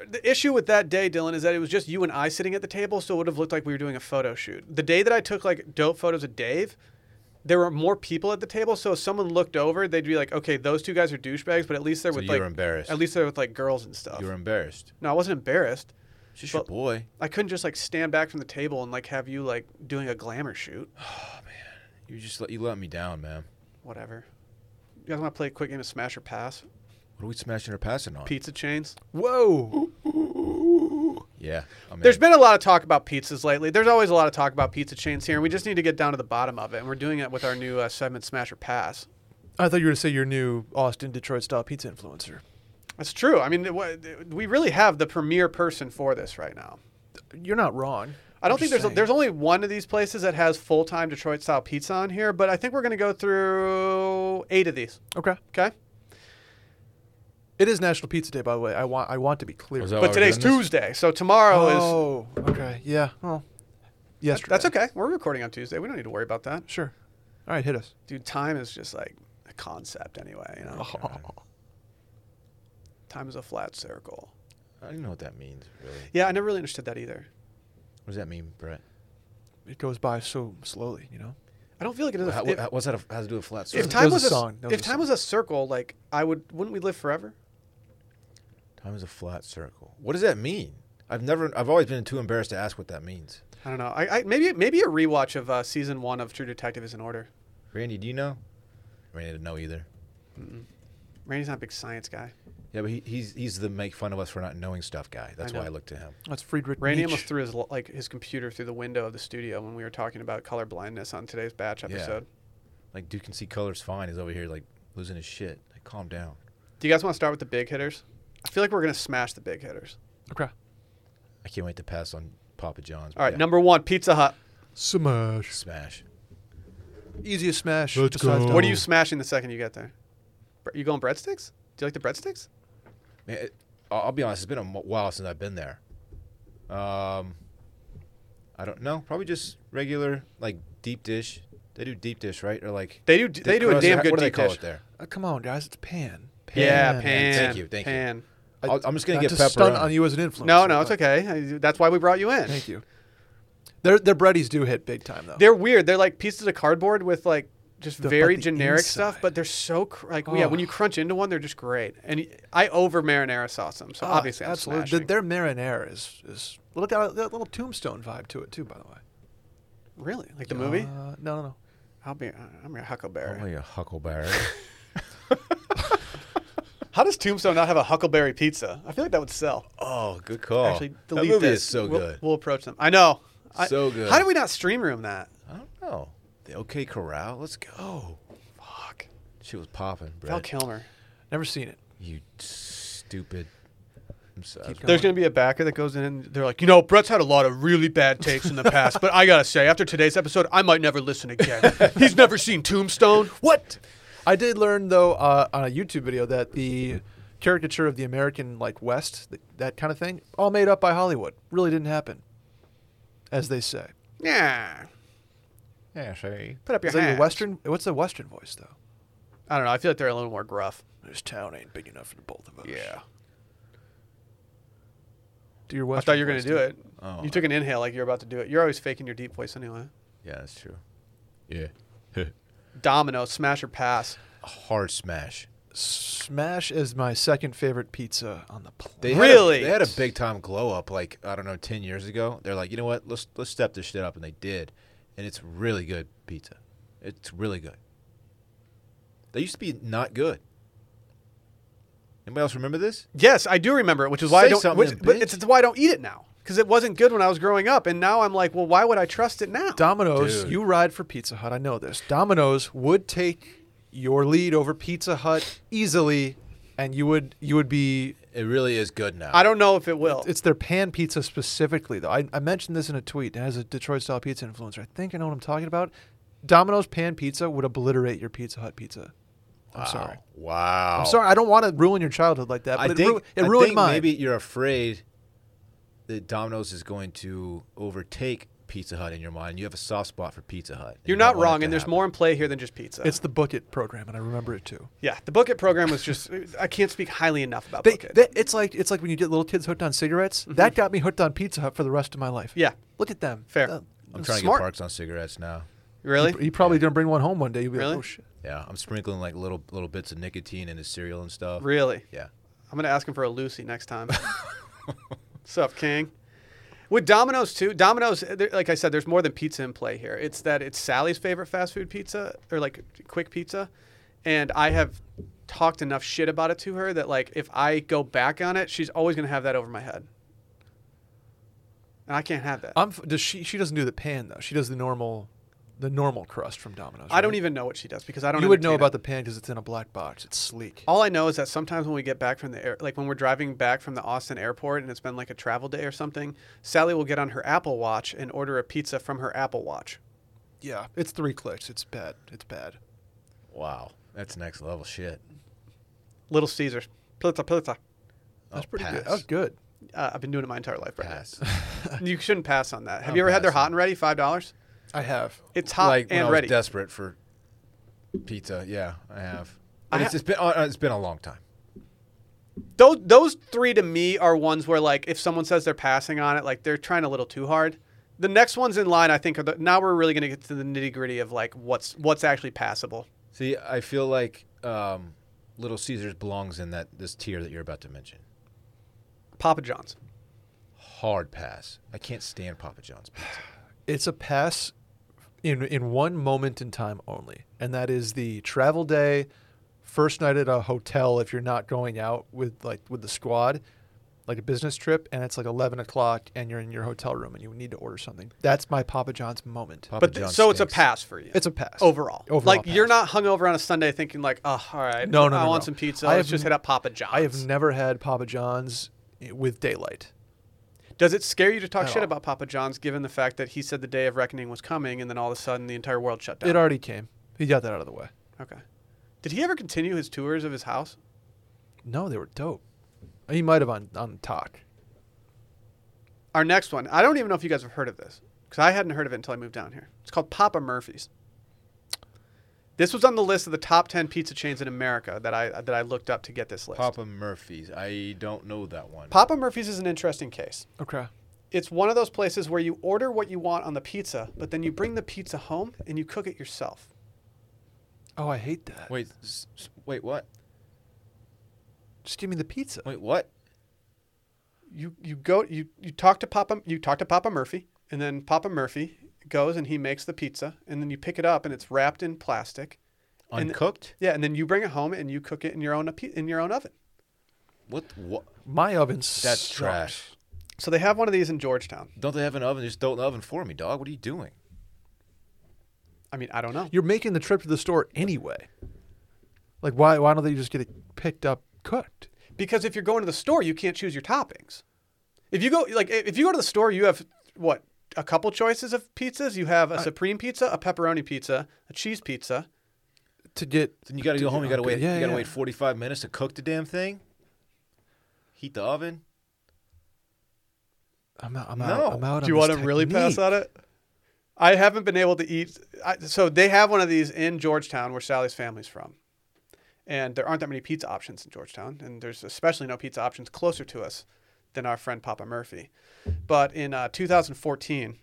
the issue with that day, Dylan, is that it was just you and I sitting at the table, so it would have looked like we were doing a photo shoot. The day that I took like dope photos of Dave, there were more people at the table, so if someone looked over, they'd be like, okay, those two guys are douchebags, but at least they're
So
with
you
like
were embarrassed.
at least they're with like girls and stuff.
You were embarrassed.
no, I wasn't embarrassed.
It's just your
But-
boy.
I couldn't just like stand back from the table and like have you like doing a glamour shoot.
You just let you let me down, man.
Whatever. You guys want to play a quick game of Smash or Pass?
What are we smashing or passing on?
Pizza chains.
Whoa.
Yeah. I mean,
There's been a lot of talk about pizzas lately. There's always a lot of talk about pizza chains here, and we just need to get down to the bottom of it. And we're doing it with our new uh, segment, Smash or Pass.
I thought you were going to say your new Austin, Detroit style pizza influencer.
That's true. I mean, wha- we really have the premier person for this right now.
You're not wrong.
I don't
I'm
think
just
there's there's only one of these places that has full time Detroit style pizza on here, but I think we're going to go through eight of these.
saying. Okay.
Okay,
It is National Pizza Day, by the way. I want I want to be clear.
Was that why
but
we're
today's
doing this?
Tuesday, so tomorrow is.
oh, okay. Yeah. Well, yesterday.
That's okay. We're recording on Tuesday. We don't need to worry about that.
Sure. All right, hit us.
Dude, time is just like a concept anyway. You know,
Uh,
time is a flat circle.
I don't know what that means. Really.
Yeah, I never really understood that either.
What does that mean, Brett?
It goes by so slowly, you know?
I don't feel like it is. A,
How,
if,
how- what's that? Have has to do with flat
if
surface?
that
time
was
was
a
a,
song. That was
if
a
time
song.
was a circle, like I would, wouldn't we live forever?
time is a flat circle. What does that mean? I've never. I've always been too embarrassed to ask what that means.
I don't know. I, I maybe maybe a rewatch of uh, season one of True Detective is in order.
Randy, do you know? Randy didn't know either.
Randy's not a big science guy.
Yeah, but he, he's he's the make fun of us for not knowing stuff guy. That's why
know.
I look to him.
That's Friedrich
Randy
Nietzsche.
almost threw his l- like his computer through the window of the studio when we were talking about color blindness on today's batch episode.
Like, dude can see colors fine. He's over here like losing his shit. Like, calm down.
Do you guys want to start with the big hitters? I feel like we're gonna smash the big hitters.
Okay.
I can't wait to pass on Papa John's.
All right,
Yeah.
number one, Pizza Hut.
Smash.
smash.
Easiest smash.
Let's
besides
go.
Domino's.
What are you smashing the second you get there? Bre- You going breadsticks? Do you like the breadsticks?
Man, it, I'll I'll be honest. It's been a mo- while since I've been there. Um, I don't know. Probably just regular like deep dish. They do deep dish, right? Or like
They do. They do a
what do
damn
they-
good
What do they
deep
call
dish.
it there?
Uh, come on, guys. It's pan.
Yeah,
Pan.
pan.
Thank you, thank you.
pan.
I-
I'll- I'm just gonna
Not
get
to stunt
pepperoni.
on you as an influencer.
No, no, it's
but-
okay. I- That's why we brought you in.
Thank you. Their their breadies do hit big time though.
They're weird. They're like pieces of cardboard with like just
The- but
very
the
generic stuff,
inside.
but they're so cr- like yeah. When you
Oh.
crunch into one, they're just great. And y- I over marinara sauce them, so
Uh,
Ah,
obviously I'm
absolutely.
smashing.
Their marinara is is look at that little tombstone vibe to it too. By the way,
really like the movie.
Uh, no, no, no.
I'll be I'm your huckleberry.
Only a huckleberry.
How does Tombstone not have a huckleberry pizza? I feel like that would sell.
oh, good call.
Actually, delete
that movie
this.
is so
We'll-
good.
We'll approach them. I know. I-
So good.
How do we not stream room that?
I don't know. The OK Corral. Let's go.
Fuck.
She was popping, bro.
Val Kilmer.
Never seen it.
You stupid. I'm sorry.
Keep
There's going to be a backer that goes in and they're like, you know, Brett's had a lot of really bad takes in the past, but I got to say, after today's episode, I might never listen again. He's never seen Tombstone.
What? I did learn though uh, on a YouTube video that the caricature of the American like West, th- that kind of thing, all made up by Hollywood. Really didn't happen, as they say.
Yeah.
Yeah, sure.
Put up your
Is that
hand.
your Western? What's the Western voice though?
I don't know. I feel like they're a little more gruff.
This town ain't big enough for the both of us. Do your
I
Western.
thought you were going
voice,
to do
dude.
it.
Oh.
You took an inhale like you're about to do it. You're always faking your deep voice anyway.
Yeah, that's true. Yeah.
Domino, smash or pass.
a hard smash.
Smash is my second favorite pizza on the planet.
They
Really?
Had a, they had a big time glow up like I don't know ten years ago. They're like, you know what? Let's let's step this shit up, and they did, and it's really good pizza. It's really good. They used to be not good. Anybody else remember this?
Yes, I do remember it, which is why
Say
I don't.
something,
Which,
then,
but
bitch.
it's, it's why I don't eat it now because it wasn't good when I was growing up, and now I'm like, well, why would I trust it now?
Domino's,
Dude.
you ride for Pizza Hut. I know this. Domino's would take your lead over Pizza Hut easily, and you would you would be
It really is good now.
I don't know if it will.
It's their pan pizza specifically, though. I, I mentioned this in a tweet as a Detroit style pizza influencer. I think I know what I'm talking about. Domino's pan pizza would obliterate your Pizza Hut pizza. I'm
wow.
sorry.
Wow.
I'm sorry. I don't want to ruin your childhood like that. But
I
it,
think
ru- it
I
ruined
think
mine.
Maybe you're afraid that Domino's is going to overtake Pizza Hut in your mind. You have a soft spot for Pizza Hut. and
You're
you don't
not
want it
wrong,
to
and there's
happen.
more in play here than just pizza.
It's the Book It program, and I remember it too.
yeah, the Book It program was just. I can't speak highly enough about
They,
Book It.
they- it's like it's like when you get little kids hooked on cigarettes.
Mm-hmm.
That got me hooked on Pizza Hut for the rest of my life.
Yeah.
Look at them.
Fair.
Uh,
I'm trying
Smart.
to get parks on cigarettes now.
really?
You probably gonna bring one home one day. You'll be
Really?
like, oh shit.
Yeah, I'm sprinkling like little little bits of nicotine in his cereal and stuff.
Really?
Yeah.
I'm gonna ask him for a Lucy next time. Sup, King. With Domino's too, Domino's, there- like I said, there's more than pizza in play here. It's that it's Sally's favorite fast food pizza or like quick pizza, and I have talked enough shit about it to her that like if I go back on it, she's always gonna have that over my head, and I can't have that.
I'm. f- Does she? She doesn't do the pan though. She does the normal, the normal crust from Domino's.
I don't
right?
even know what she does because I don't.
You would know
entertain it.
about the pan because it's in a black box. It's sleek.
All I know is that sometimes when we get back from the air, like when we're driving back from the Austin airport and it's been like a travel day or something, Sally will get on her Apple Watch and order a pizza from her Apple Watch.
Yeah, it's three clicks. It's bad. It's bad.
Wow. That's next level shit.
Little Caesars, pizza, pizza.
That's
Oh,
pretty good.
pass.
That was good.
Uh, I've been doing it my entire life, right?
Pass.
You shouldn't pass on that. Have
I'll
you ever had their
pass on
hot and ready five dollars?
I have.
It's hot
like when I
and
was
ready.
desperate for pizza. Yeah, I have.
I ha-
But it's, it's been uh, it's been a long time.
those those three to me are ones where like if someone says they're passing on it, like they're trying a little too hard. The next ones in line, I think, are the, now we're really going to get to the nitty gritty of like what's what's actually passable.
See, I feel like um, Little Caesars belongs in that this tier that you're about to mention.
Papa John's.
Hard pass. I can't stand Papa John's pizza.
It's a pass in in one moment in time only, and that is the travel day, first night at a hotel if you're not going out with like with the squad, like a business trip, and it's like eleven o'clock and you're in your hotel room and you need to order something. That's my Papa John's moment.
Papa
but th-
John's
so it's a
stinks.
pass for you.
It's a pass
overall.
Overall
like
pass.
you're not hungover on a Sunday thinking like, oh, all right,
No, no,
I
no,
want
no.
some pizza.
I
Let's
have
just
n-
hit up Papa John's.
I have never had Papa John's with daylight.
Does it scare you to talk
At
shit
all.
about Papa John's, given the fact that he said the day of reckoning was coming, and then all of a sudden the entire world shut down?
It already came. He got that out of the way.
okay. Did he ever continue his tours of his house?
No, they were dope. He might have on on talk.
Our next one. I don't even know if you guys have heard of this because I hadn't heard of it until I moved down here. It's called Papa Murphy's. This was on the list of the top ten pizza chains in America that I that I looked up to get this list.
Papa Murphy's. I don't know that one.
Papa Murphy's is an interesting case.
Okay.
it's one of those places where you order what you want on the pizza, but then you bring the pizza home and you cook it yourself.
Oh, I hate that.
wait, s- s- wait, what?
Just give me the pizza.
Wait, what?
You you go you you talk to Papa you talk to Papa Murphy, and then Papa Murphy goes and he makes the pizza, and then you pick it up and it's wrapped in plastic. And-
Uncooked?
Yeah, and then you bring it home and you cook it in your own api- in your own oven.
What? What?
My oven
That's
sucks.
trash.
So they have one of these in Georgetown.
Don't they have an oven? Just don't oven for me, dog. What are you doing?
I mean, I don't know.
You're making the trip to the store anyway. Like, why why don't they just get it picked up cooked?
Because if you're going to the store, you can't choose your toppings. If you go like i- if you go to the store, you have what a couple choices of pizzas. You have a supreme pizza, a pepperoni pizza, a cheese pizza.
To get
Then you got to go home. You got to
okay,
wait.
yeah,
you got to
yeah.
wait 45 minutes to cook the damn thing. Heat the oven.
I'm out I'm
No.
out I'm
Do
out on
you
this
want to really pass
technique.
on it? I haven't been able to eat. I, so they have one of these in Georgetown, where Sally's family's from, and there aren't that many pizza options in Georgetown, and there's especially no pizza options closer to us than our friend Papa Murphy. But in uh, 2014,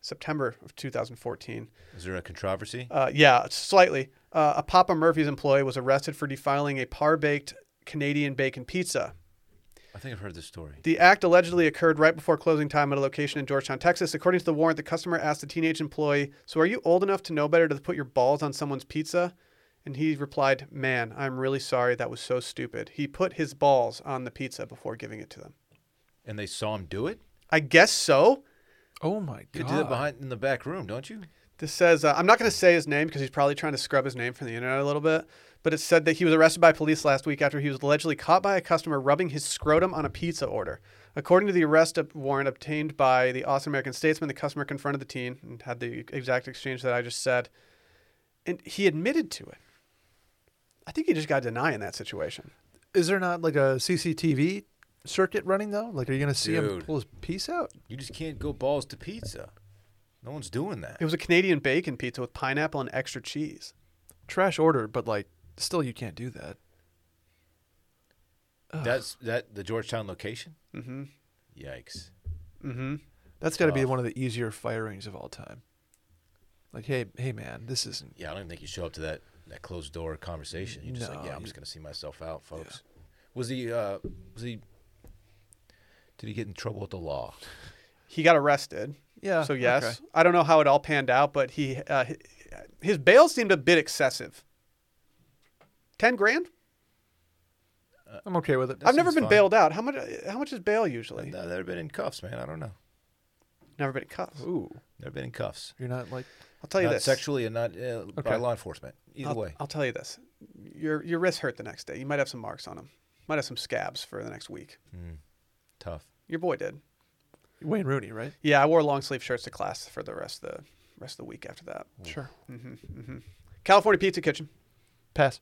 September of 2014,
Is there a controversy?
uh, yeah, slightly, uh, a Papa Murphy's employee was arrested for defiling a par-baked Canadian bacon pizza.
I think I've heard this story.
The act allegedly occurred right before closing time at a location in Georgetown, Texas. According to the warrant, the customer asked the teenage employee, So are you old enough to know better to put your balls on someone's pizza? And he replied, Man, I'm really sorry. That was so stupid. He put his balls on the pizza before giving it to them.
And they saw him do it.
I guess so.
Oh my god.
You could do that behind in the back room, don't you?
This says uh, I'm not going to say his name because he's probably trying to scrub his name from the internet a little bit. But it said that he was arrested by police last week after he was allegedly caught by a customer rubbing his scrotum on a pizza order. According to the arrest ob- warrant obtained by the Austin American Statesman, the customer confronted the teen and had the exact exchange that I just said, and he admitted to it. I think he just got denied in that situation.
Is there not like a CCTV circuit running though? Like, are you gonna see him
Dude.
pull his piece out?
You just can't go balls to pizza. No one's doing that.
It was a Canadian bacon pizza with pineapple and extra cheese.
Trash order, but like, still you can't do that.
That's that the Georgetown location.
Mm-hmm.
Yikes.
Mm-hmm.
That's got to be
Tough.
one of the easier firings of all time. Like, hey, hey, man, this isn't.
Yeah, I don't even think you show up to that that closed door conversation. You just
No,
like, yeah, I'm
you-
just gonna see myself out, folks. Was he? uh Was he? Did he get in trouble with the law?
He got arrested.
Yeah.
so
okay.
yes, I don't know how it all panned out, but he uh, hi- his bail seemed a bit excessive. Ten grand?
I'm okay with it.
That
I've never
seems
been
fine.
bailed out. How much? How much is bail usually?
No, they've been in cuffs, man. I don't know.
Never been cuffed.
Ooh,
Never been in cuffs.
you're not like.
I'll tell you
not
this.
sexually and not uh, by
Okay.
law enforcement. Either
I'll,
way,
I'll tell you this. Your your wrists hurt the next day. You might have some marks on them. Might have some scabs for the next week.
Hmm. tough.
Your boy did.
Wayne Rooney, right?
Yeah, I wore long sleeve shirts to class for the rest of the rest of the week after that. Mm-hmm,
Sure.
California Pizza Kitchen,
Pass.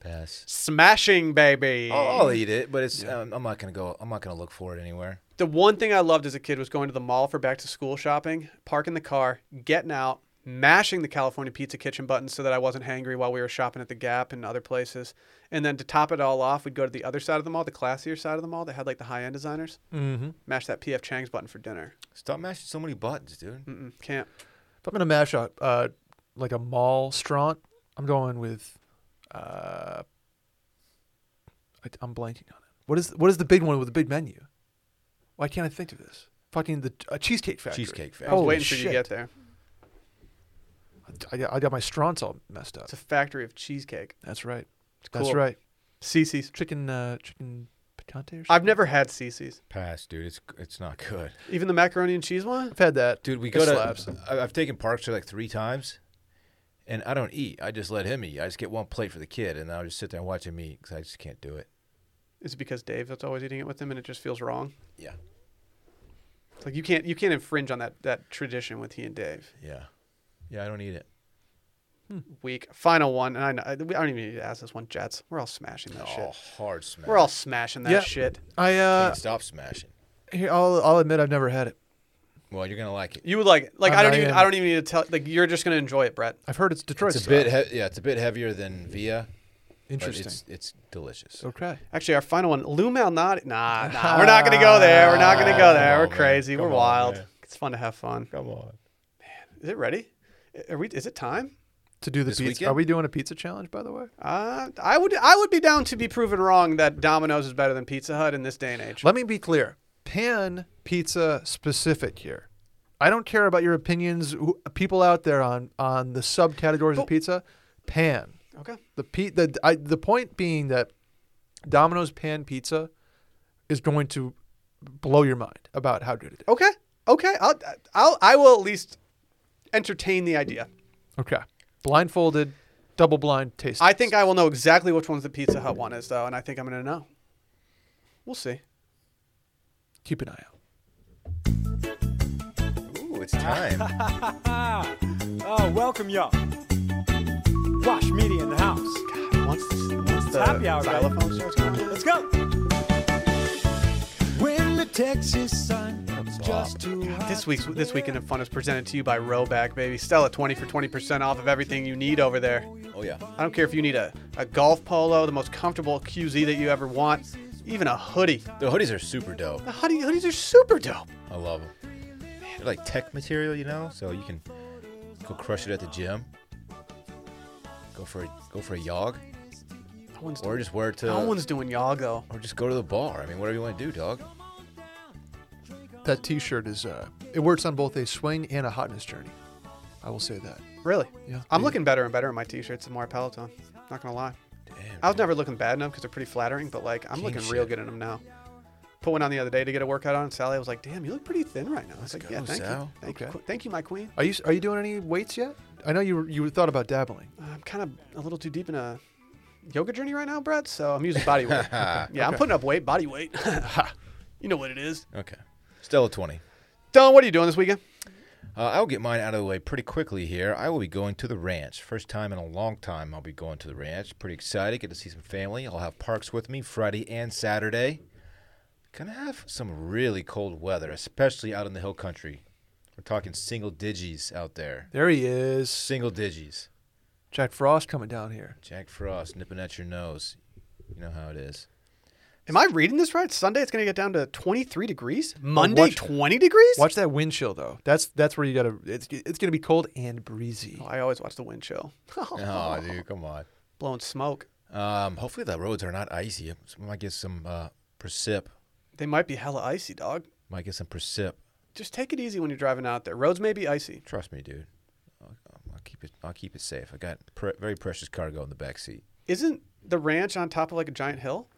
Pass.
smashing baby.
I'll, I'll eat it, but it's. Um, I'm not gonna go. I'm not gonna look for it anywhere.
The one thing I loved as a kid was going to the mall for back to school shopping, parking the car, getting out, mashing the California Pizza Kitchen button so that I wasn't hangry while we were shopping at the Gap and other places. And then to top it all off, we'd go to the other side of the mall, the classier side of the mall that had like the high end designers,
Mm-hmm.
mash that PF Chang's button for dinner.
Stop mashing so many buttons, dude.
Mm-mm, can't.
If I'm gonna mash up uh, like a mall straunt, I'm going with. Uh, I, I'm blanking on it. What is what is the big one with the big menu? Why can't I think of this? Fucking the uh, cheesecake factory. Oh,
Cheesecake
I was
Factory.
Holy
waiting for you
shit.
to get there.
I, got- I got my straunts all messed up.
It's a factory of cheesecake.
That's right.
It's cool.
That's right.
CC's.
Chicken, uh, chicken picante or something.
I've never had CC's.
Pass, dude. It's it's not good.
Even the macaroni and cheese one?
I've had that.
Dude, we
It
go to.
slaps.
I- I've taken Parks like three times, and I don't eat. I just let him eat. I just get one plate for the kid, and I'll just sit there and watch him eat because I just can't do it.
Is it because Dave that's always eating it with him and it just feels wrong?
Yeah,
It's like you can't you can't infringe on that, that tradition with he and Dave.
yeah, yeah. I don't eat it.
week. Final one, and I, know, I don't even need to ask this one. Jets, we're all smashing that
oh,
shit.
hard smash.
We're all smashing that
Yeah.
shit.
I uh,
can't stop smashing.
here, I'll I'll admit I've never had it.
Well, you're gonna like it.
You would like, like
I'm
I don't
not
even,
even-
I don't even need to tell. Like you're just gonna enjoy it, Brett.
I've heard it's Detroit.
It's a
style.
bit. He- yeah, it's a bit heavier than Via. but
interesting. Oh,
It's, it's delicious.
okay.
Actually, our final one, Lou Malnati. Nah, nah, we're not gonna go there. We're not gonna go
Come
there.
on,
We're
man.
crazy. We're
Come on,
wild.
man.
It's fun to have fun.
Come on.
Is it ready? Are we? Is it time?
To do the
This
pizza.
weekend?
Are we doing a pizza challenge by the way?
Uh, I would, I would be down to be proven wrong that Domino's is better than Pizza Hut in this day and age.
Let me be clear. Pan pizza specific here. I don't care about your opinions, who- people out there on on the subcategories
But-
of pizza. Pan.
Okay.
The pe- the I, the point being that Domino's pan pizza is going to blow your mind about how good it is.
Okay. Okay. I'll, I'll, I will at least entertain the idea.
Okay. Blindfolded, double blind taste.
I think I will know exactly which one's the Pizza Hut one is, though, and I think I'm going to know. We'll see.
keep an eye out.
Ooh, it's time.
Oh, welcome y'all. Wash Media in the house.
Once, once the
happy hour, right?
xylophone starts going, on,
Let's go.
When the Texas sun comes just too hot.
This week's this weekend in fun is presented to you by Roback, baby. Stella twenty for twenty percent off of everything you need over there.
oh yeah.
I don't care if you need a, a golf polo, the most comfortable QZ that you ever want, even a hoodie.
The hoodies are super dope.
The hoodie hoodies are super dope.
I love them. They're like tech material, you know, so you can go crush it at the gym. Go for a, go for a jog,
No one's,
or just wear it to,
no one's doing y'all though.
or just go to the bar. I mean, whatever you want to do, dog.
That T-shirt is uh, it works on both a swing and a hotness journey. I will say that.
Really?
Yeah.
I'm looking better and better in my t-shirts and more Peloton. Not gonna lie.
Damn,
I was never looking bad enough because they're pretty flattering, but like I'm
King
looking real
shit.
good in them now. Put one on the other day to get a workout on. Sally was like, "Damn, you look pretty thin right now." I was like, "Yeah,
go,
thank you,
Sal.
thank you,
Okay.
Qu- thank you, my queen."
Are you are you doing any weights yet? I know you were, you thought about dabbling.
I'm kind of a little too deep in a yoga journey right now, Brett. So I'm using body weight. yeah, I'm putting up weight, body weight. you know what it is.
Okay. Stella 20.
Don, what are you doing this weekend?
Uh, I'll get mine out of the way pretty quickly here. I will be going to the ranch. First time in a long time I'll be going to the ranch. Pretty excited. Get to see some family. I'll have parks with me Friday and Saturday. Gonna have some really cold weather, especially out in the hill country. We're talking single digis out there.
There he is.
Single digis.
Jack Frost coming down here.
Jack Frost nipping at your nose. You know how it is.
Am I reading this right? Sunday it's going to get down to 23 degrees. Monday
watch-
20 degrees.
Watch that wind chill though. That's that's where you gotta. It's it's gonna be cold and breezy.
Oh, I always watch the wind chill.
Oh, dude, come on.
Blowing smoke.
Um, hopefully the roads are not icy. We might get some uh, precip.
They might be hella icy, dog.
Might get some precip.
Just take it easy when you're driving out there. Roads may be icy.
Trust me, dude. I'll, I'll keep it. I'll keep it safe. I got pre- very precious cargo in the back seat.
Isn't the ranch on top of like a giant hill?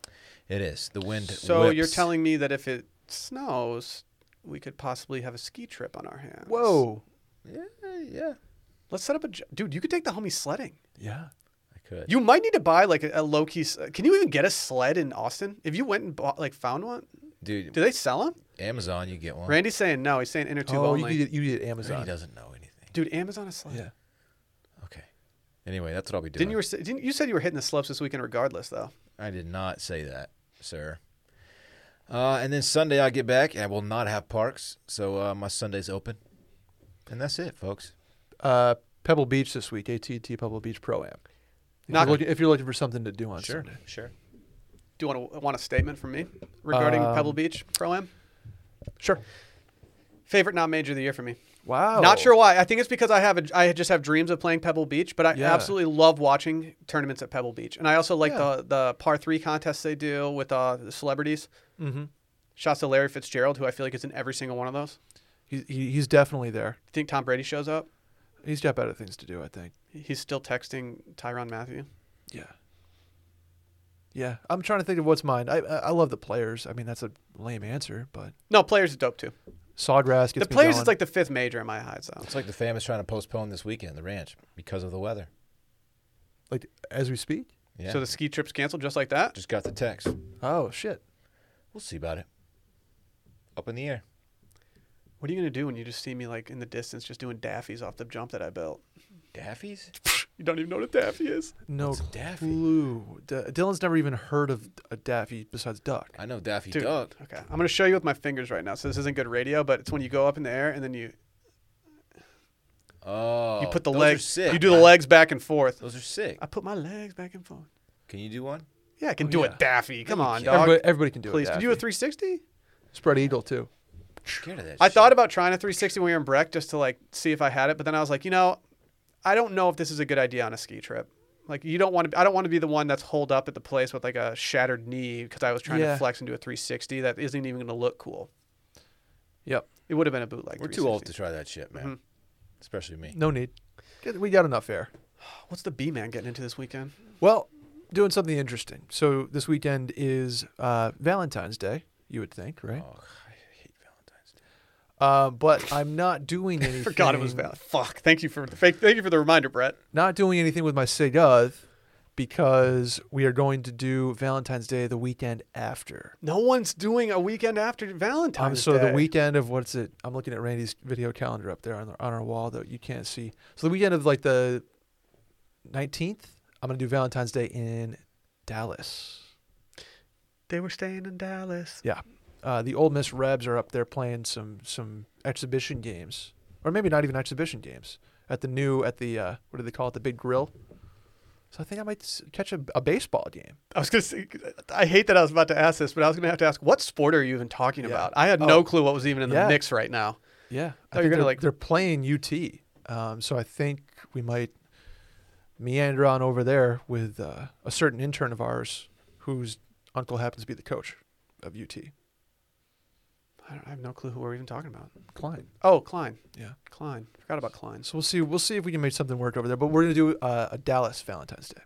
It is the wind.
So you're
whips.
telling me that if it snows, we could possibly have a ski trip on our hands.
Whoa.
Yeah, yeah.
Let's set up a j- dude. You could take the homie sledding.
Yeah.
I could.
You might need to buy like a, a low key. s- Can you even get a sled in Austin? If you went and bought like found one,
dude.
do they sell them?
Amazon, you get one.
Randy's saying no. He's saying inner tube
Oh, you
only.
did, you did
Randy
Amazon.
doesn't know anything.
Dude, Amazon is sled.
Yeah.
Okay. Anyway, that's what I'll be doing.
Didn't you were, sa- didn't you said you were hitting the slopes this weekend regardless though?
I did not say that, sir. Uh, and then Sunday I get back. I will not have parks, so uh, my Sunday's open, and that's it, folks.
Uh, Pebble Beach this week. AT&T Pebble Beach Pro Am. If,
Not-
you're looking, if you're looking for something to do on Sunday.
sure.
Do you want to want a statement from me regarding
Um,
Pebble Beach pro am?
Sure.
Favorite non major of the year for me.
Wow.
Not sure why. I think it's because I have a, I just have dreams of playing Pebble Beach, but I
Yeah.
absolutely love watching tournaments at Pebble Beach, and I also like
Yeah.
the the par three contests they do with uh, the celebrities.
Mm-hmm.
Shouts to Larry Fitzgerald, who I feel like is in every single one of those.
He's he, he's definitely there.
You think Tom Brady shows up?
He's got better things to do, I think.
He's still texting Tyron Matthew.
Yeah. Yeah. I'm trying to think of what's mine. I I I love the players. I mean, that's a lame answer, but
No, players is dope too.
Sawgrass gets
the
me
players
going.
is like the fifth major in my eyes, though.
It's like the fam is trying to postpone this weekend, the ranch, because of the weather.
like as we speak.
Yeah.
So the ski trip's canceled just like that.
just got the text.
Oh shit.
We'll see about it. Up in the air.
What are you gonna do when you just see me like in the distance, just doing daffies off the jump that I built?
Daffy's?
You don't even know what a daffy is.
No
What's a Daffy?
clue. D- Dylan's never even heard of a Daffy besides Duck.
I know Daffy
Dude,
Duck.
okay. I'm gonna show you with my fingers right now. So this isn't good radio, but it's when you go up in the air and then you
Oh.
you put the
those are
legs,
sick.
you do the legs back and forth.
Those are sick.
I put my legs back and forth.
Can you do one?
Yeah, I can
Oh,
do
yeah.
it, Daffy. Come on, dog.
Everybody, everybody can do
Please,
it.
could you do a 360?
spread eagle too.
Scared of that
I
shit.
thought about trying a 360 when we were in Breck just to like see if I had it, but then I was like, you know, I don't know if this is a good idea on a ski trip. Like you don't want to. I don't want to be the one that's holed up at the place with like a shattered knee because I was trying
Yeah.
to flex and do a 360 that isn't even going to look cool.
Yep.
It would have been a bootleg.
We're too old to
360.
try that shit, man.
Mm-hmm.
Especially
Mm.
me.
No need. Good- We got enough air.
What's the B man getting into this weekend?
Well, doing something interesting. So this weekend is uh, Valentine's Day. You would think, right?
Oh, I hate Valentine's Day.
Uh, but I'm not doing anything.
Forgot it was valid. Fuck. Thank you for the fake. Thank you for the reminder, Brett.
Not doing anything with my cigath because we are going to do Valentine's Day the weekend after.
No one's doing a weekend after
Um,
Valentine's
so
Day.
the weekend of what's it? I'm looking at Randy's video calendar up there on, the, on our wall that you can't see. So the weekend of like the 19th, I'm gonna do Valentine's Day in Dallas.
they were staying in Dallas.
Yeah, uh, the Old Miss Rebs are up there playing some some exhibition games, or maybe not even exhibition games at the new at the uh, what do they call it? The big grill. So I think I might s- catch a, a baseball game.
I was gonna say, I hate that I was about to ask this, but I was gonna have to ask, what sport are you even talking
Yeah.
about? I had
Oh.
no clue what was even in the
Yeah.
mix right now. Oh,
Yeah, I
you're
think
gonna,
they're,
like-
they're playing UT. Um, so I think we might meander on over there with uh, a certain intern of ours whose uncle happens to be the coach of UT,
I, don't, I have no clue who we're even talking about.
Klein.
Oh, Klein,
Yeah.
Klein. Forgot about Klein.
So we'll see. We'll see if we can make something work over there. But we're gonna do uh, a Dallas Valentine's Day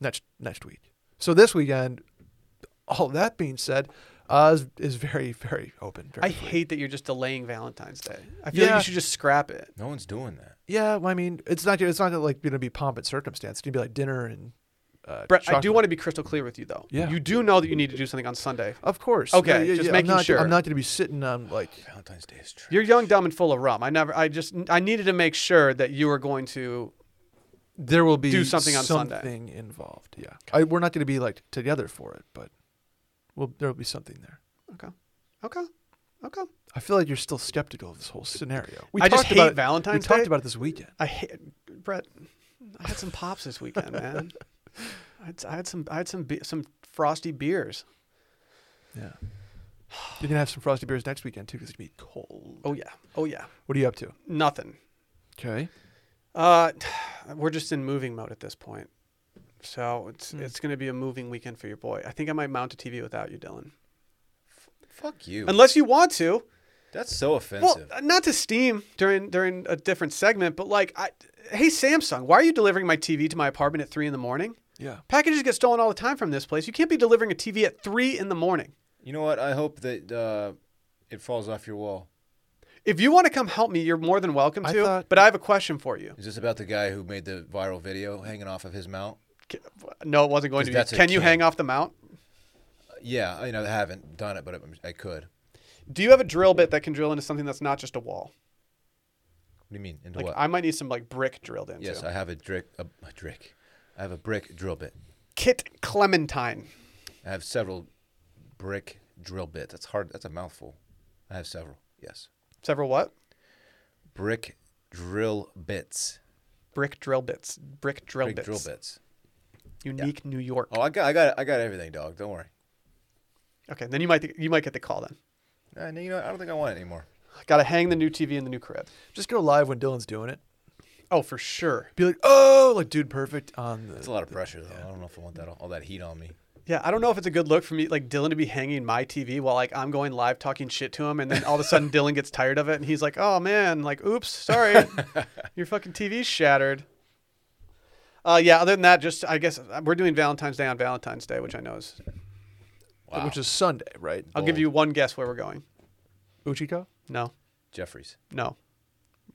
next next week. So this weekend. All that being said, Uh, is, is very very open. Very
I
free.
hate that you're just delaying Valentine's Day. I feel like
Yeah.
you should just scrap it.
No one's doing that.
Yeah, well, I mean, it's not it's not like going to be pomp and circumstance. It's going to be like dinner and. Uh,
Brett, I do
chocolate.
want to be crystal clear with you though.
Yeah.
You do know that you need to do something on Sunday.
Of course.
Okay,
yeah, yeah,
just
yeah,
making
I'm not,
sure.
I'm not going to be sitting on like.
Valentine's Day is true.
You're young, dumb, and full of rum. I never. I just. I needed to make sure that you were going to.
There will be
Do something on Sunday.
something involved. Yeah, I, we're not going to be like together for it, but well, there will be something there.
Okay. Okay. Okay.
I feel like you're still skeptical of this whole scenario. We
I just
talked
hate
about it- We
Valentine's Day.
talked about it this weekend.
I hate Brett. I had some pops this weekend, man. I had, I had some. I had some. Be- some frosty beers.
Yeah. You're gonna have some frosty beers next weekend too, because it's gonna be cold.
Oh yeah. Oh yeah.
What are you up to?
Nothing.
Okay.
Uh, we're just in moving mode at this point. So it's it's going to be a moving weekend for your boy. I think I might mount a TV without you, Dylan.
Fuck you.
Unless you want to.
That's so
Well, uh,
offensive.
not to steam during during a different segment, but like, I, hey Samsung, why are you delivering my TV to my apartment at three in the morning?
Yeah.
Packages get stolen all the time from this place. You can't be delivering a TV at three in the morning.
you know what? I hope that uh, it falls off your wall.
If you want to come help me, you're more than welcome
I
to.
thought-
but I have a question for you.
Is this about the guy who made the viral video hanging off of his mount?
K- No, it wasn't going to be.
Because that's a
Can you
king.
hang off the mount?
Yeah, I, you know, I haven't done it, but I, I could.
Do you have a drill bit that can drill into something that's not just a wall?
What do you mean? Into
Like
what?
I might need some like brick drilled into.
yes, I have a drick. A, a drick. I have a brick drill bit.
Kit Clementine.
I have several brick drill bits. That's hard. That's a mouthful. I have several. Yes,
Several what?
brick drill bits.
Brick drill bits. Brick drill
Brick
bits.
drill bits.
Unique New York.
Oh, I got, I got, I got everything, dog. Don't worry.
Okay, then you might you might get the call then.
Uh, no, you know, I don't think I want it anymore.
Got to hang the new TV in the new crib.
Just go live when Dylan's doing it.
Oh, for sure.
Be like, oh, like dude, perfect on the.
It's a lot of pressure, though. I don't know if I want that all, all that heat on me.
Yeah, I don't know if it's a good look for me, like Dylan, to be hanging my TV while like I'm going live talking shit to him, and then all of a sudden Dylan gets tired of it, and he's like, "Oh man, like, oops, sorry, your fucking TV's shattered." Uh, yeah. Other than that, just I guess uh, we're doing Valentine's Day on Valentine's Day, which I know is.
Wow.
Which is Sunday, right?
I'll give you one guess where we're going.
Uchiko.
No,
Jeffries.
no,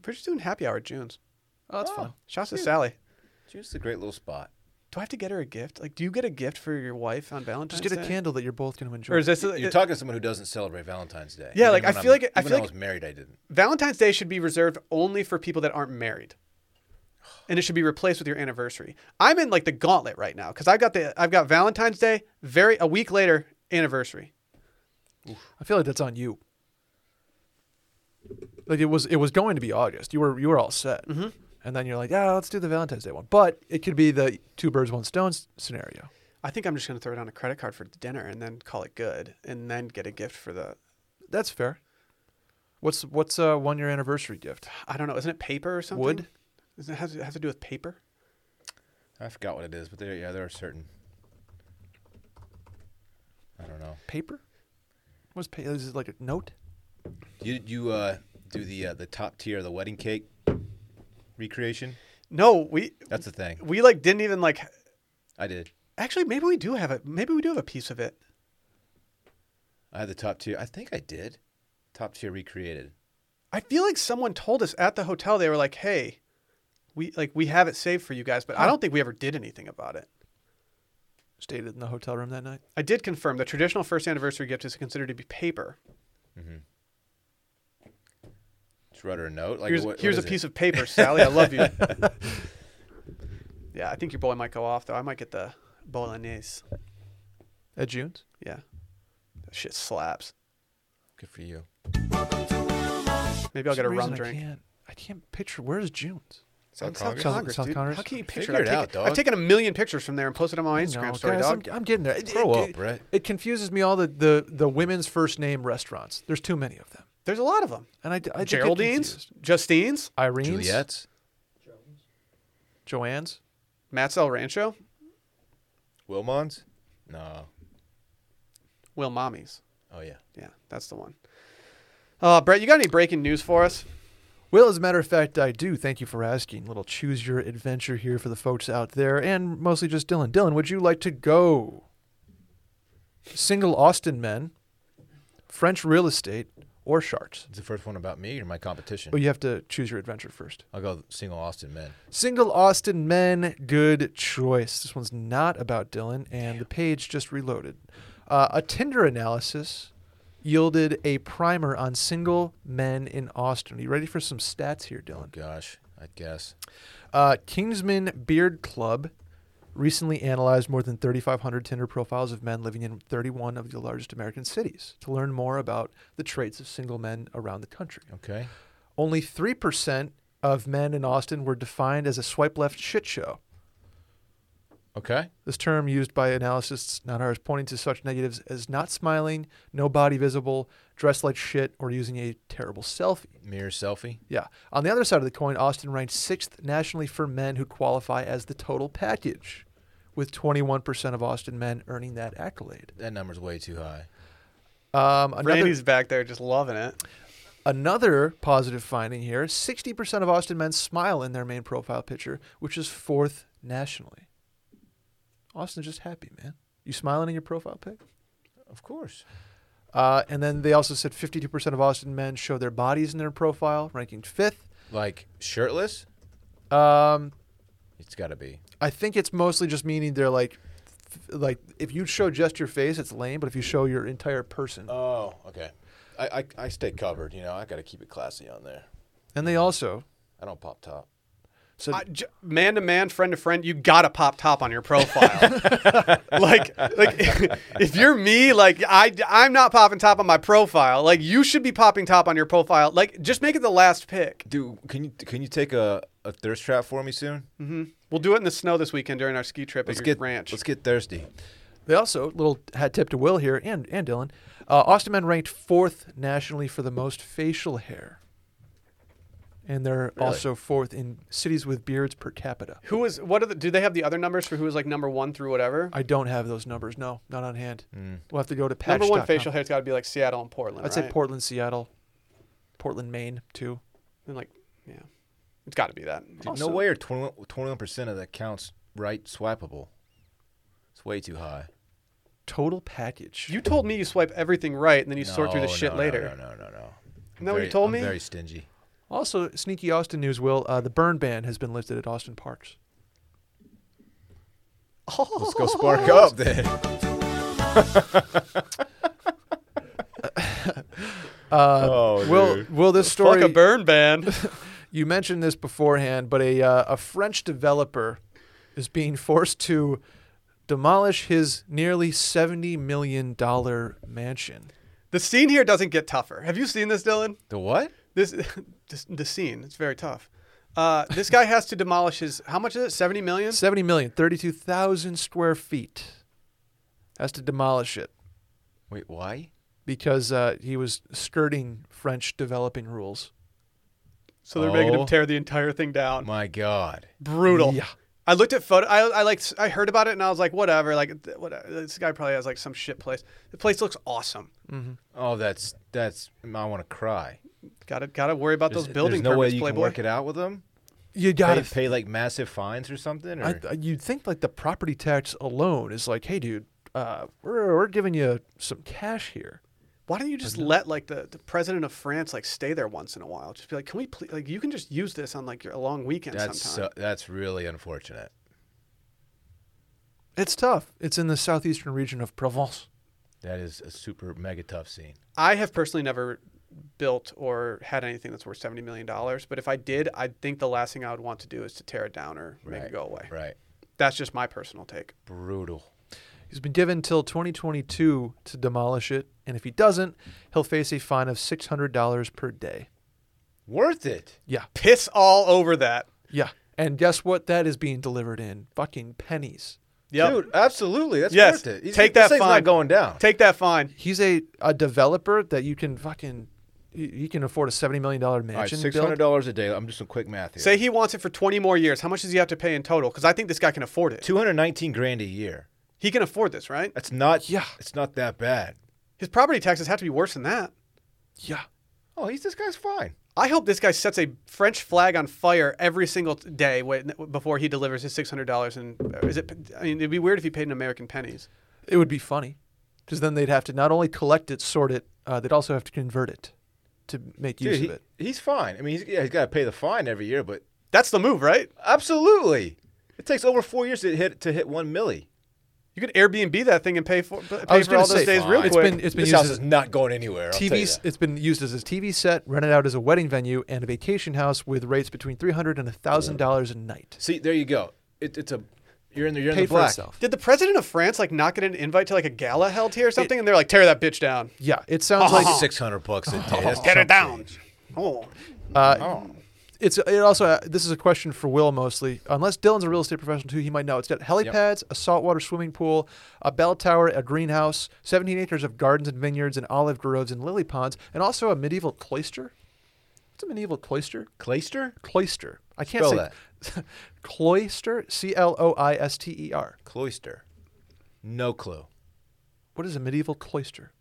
we're just doing happy hour at June's.
Oh, that's fun.
Shouts to Sally.
June's a great little spot.
Do I have to get her a gift? Like, do you get a gift for your wife on Valentine's
Just
Day?
get a candle that you're both gonna enjoy.
Or is this?
You're
it-
talking to someone who doesn't celebrate Valentine's Day.
Yeah, like,
Even
I
when
feel
I'm-
like it- I
even
feel
when I
like-
was married, I didn't.
Valentine's Day should be reserved only for people that aren't married. And it should be replaced with your anniversary. I'm in like the gauntlet right now because I've got the I've got Valentine's Day very a week later anniversary.
I feel like that's on you. Like it was, it was going to be August. You were, you were all set. Mm-hmm. And then you're like, yeah, let's do the Valentine's Day one. But it could be the two birds, one stone s- scenario.
I think I'm just gonna throw it on a credit card for dinner and then call it good and then get a gift for the
That's fair. What's what's a one year anniversary gift?
I don't know isn't it paper or something?
Wood?
Does it have, it have to do with paper?
I forgot what it is, but there, yeah, there are certain. I don't know.
Paper? What's paper? Is it like a note?
You you uh, do the uh, the top tier of the wedding cake recreation.
No, we
That's the thing.
we like didn't even like.
I did.
Actually, maybe we do have it. Maybe we do have a piece of it.
I had the top tier. I think I did. Top tier recreated.
I feel like someone told us at the hotel they were like, "Hey, we like we have it saved for you guys," but I don't think we ever did anything about it.
Stayed in the hotel room that night.
I did confirm the traditional first anniversary gift is considered to be paper.
Just wrote her a note. Like
Here's,
what- what
here's
is
a
it?
piece of paper, Sally. I love you. yeah, I think your boy might go off though. I might get the bolognese.
At June's?
Yeah, that shit slaps.
Good for you.
Maybe I'll
For
get a
some
rum
reason, I
drink.
can't, I can't picture. Where is June's?
It's on
Congress?
South
South-
Congress,
South
dude.
Congress?
How can you picture it?
Figure
I've
it out,
taken-
dog.
I've taken a million pictures from there and posted them on my Instagram
No,
story,
guys,
dog.
I'm, I'm getting there. It,
Grow
it-
up,
it-
Brett.
It confuses me all the, the, the women's first name restaurants. There's too many of them.
There's a lot of them.
And I, d- I just get
Geraldine's,
confused.
Justine's,
Irene's,
Juliet's.
Joanne's.
Matt's El Rancho,
Wilmons. No.
Will Mommies.
Oh yeah.
Yeah, that's the one. Uh, Brett, you got any breaking news for us?
Well, as a matter of fact, I do. Thank you for asking. Little choose your adventure here for the folks out there, and mostly just Dylan. Dylan, would you like to go? Single Austin men French real estate, or sharks.
Is the first one about me or my competition?
But you have to choose your adventure first.
I'll go single Austin men.
Single Austin Men, good choice. This one's not about Dylan, and the page just reloaded. Uh, a Tinder analysis yielded a primer on single men in Austin. Are you ready for some stats here, Dylan?
Oh, Gosh, I guess.
Uh, Kingsman Beard Club recently analyzed more than 3,500 Tinder profiles of men living in 31 of the largest American cities to learn more about the traits of single men around the country.
Okay.
Only 3% of men in Austin were defined as a swipe left shit show.
Okay.
This term used by analysts, not ours, pointing to such negatives as not smiling, no body visible, dressed like shit, or using a terrible selfie.
Mirror selfie.
Yeah. On the other side of the coin, Austin ranked sixth nationally for men who qualify as the total package, with 21% of Austin men earning that accolade.
That number's way too high.
Um, another,
Randy's back there just loving it.
another positive finding here 60% of Austin men smile in their main profile picture, which is fourth nationally. Austin's just happy, man. You smiling in your profile pic?
Of course.
Uh, and then they also said 52% of Austin men show their bodies in their profile, ranking fifth.
Like shirtless?
Um,
It's got to be.
I think it's mostly just meaning they're like, f- like if you show just your face, it's lame. But if you show your entire person,
Oh, okay. I, I, I stay covered, you know. I got to keep it classy on there.
and they also
I don't pop top.
said
Man to man, friend to friend, you gotta pop top on your profile. like, like if you're me, like I, I'm not popping top on my profile. Like you should be popping top on your profile. Like just make it the last pick.
Dude, can you can you take a, a thirst trap for me soon?
We'll do it in the snow this weekend during our ski trip
Let's
at your
get
ranch.
Let's get thirsty.
they also little hat tip to Will here and and Dylan. Uh, Austin men ranked fourth nationally for the most facial hair, and they're also fourth in cities with beards per capita.
who is what are the? Do they have the other numbers for who is like number one through whatever?
I don't have those numbers. No, not on hand. We'll have to go to patch.
Hmm. number one
dot com.
facial hair's got to be like Seattle and Portland.
I'd say
right?
Portland, Seattle, Portland, Maine too.
And like, yeah, it's got to be that.
Dude, no way are 21 percent of the accounts right swipeable. It's way too high.
Total package.
You told me you swipe everything right, and then you sort through the
No,
shit
no,
later.
No, no, no, no. no. I'm
Isn't that what you
very-
told
I'm
me?
Very stingy.
Also, sneaky Austin news, Will. Uh, the burn ban has been lifted at Austin Parks.
Let's go spark up then.
Uh,
oh,
Will,
dude.
Will, this
Fuck
story.
a burn ban.
You mentioned this beforehand, but a, uh, a French developer is being forced to demolish his nearly $70 million mansion.
the scene here doesn't get tougher. Have you seen this, Dylan?
the what?
This, this the scene. It's very tough. Uh, this guy has to demolish his. How much is it? Seventy million.
70 million, 32,000 square feet. Has to demolish it
Wait, why?
because uh, he was skirting French developing rules.
So they're making
Oh.
him tear the entire thing down.
My God.
brutal.
Yeah.
I looked at photo. I, I like. I heard about it and I was like, whatever. Like, th- whatever. This guy probably has like some shit place. The place looks awesome.
Oh, that's that's. I want to cry.
Gotta gotta worry about
There's-
those building
There's no way
permits,
you
Playboy.
can work it out with them.
You got
Pay,
to
pay like massive fines or something. Or
I, I- you'd think like the property tax alone is like, hey, dude, uh, we're, we're giving you some cash here.
Why don't you just let like the, the president of France like stay there once in a while? Just be like, can we please like you can just use this on like your a long weekend
that's
sometime.
so, that's really unfortunate.
It's tough. It's in the southeastern region of Provence.
That is a super mega tough scene.
I have personally never built or had anything that's worth seventy million dollars, but if I did, I think the last thing I would want to do is to tear it down or make it go away.
Right.
That's just my personal take.
Brutal.
He's been given till 2022 to demolish it, and if he doesn't, he'll face a fine of $600 per day.
Worth it.
Yeah,
Piss all over that.
yeah. And guess what? That is being delivered in fucking pennies.
Yep.
Dude, absolutely. That's
Yes.
worth it. He's-
Take
this
that
thing's
fine.
not going down.
Take that fine.
He's a, a developer that you can fucking you you can afford a $70 million
All right,
mansion.
six
built.
hundred dollars a day. I'm just some quick math here.
Say he wants it for 20 more years. How much does he have to pay in total? Because I think this guy can afford it.
two hundred nineteen grand a year.
He can afford this, right?
That's not.
Yeah.
It's not that bad.
His property taxes have to be worse than that.
Yeah.
Oh, he's this guy's fine.
I hope this guy sets a French flag on fire every single t- day wa- before he delivers his six hundred dollars. And is it? I mean, it'd be weird if he paid in American pennies.
It would be funny because then they'd have to not only collect it, sort it, uh, they'd also have to convert it to make
Dude,
use
he,
of it.
he's fine. I mean, he's, yeah, he's got to pay the fine every year, but
That's the move, right?
absolutely, it takes over four years to hit to hit one milli.
You could Airbnb that thing and pay for pay
I was
for all
gonna
those
say,
days real
Fine.
quick.
It's been it's been
This
used
house
as
is not going anywhere. I'll tell you
TVs.
that.
It's been used as a TV set, rented out as a wedding venue and a vacation house with rates between three hundred and thousand dollars a night.
See, there you go. It, it's a you're in the you're in
Paid
the
for
black.
itself.
Did the president of France like not get an invite to like a gala held here or something? and they're like, tear that bitch down.
Yeah, it sounds
Like
like
six hundred bucks a day. That's
Tear it
chump
down.
change.
Oh.
it's. It also uh, this is a question for Will mostly. Unless Dylan's a real estate professional too, he might know. It's got helipads, a saltwater swimming pool, a bell tower, a greenhouse, seventeen acres of gardens and vineyards, and olive groves and lily ponds, and also a medieval cloister. What's a medieval cloister?
Clayster?
Cloister. I can't
Spell
say cloister. C L O I S T E R.
Cloister. No clue.
What is a medieval cloister?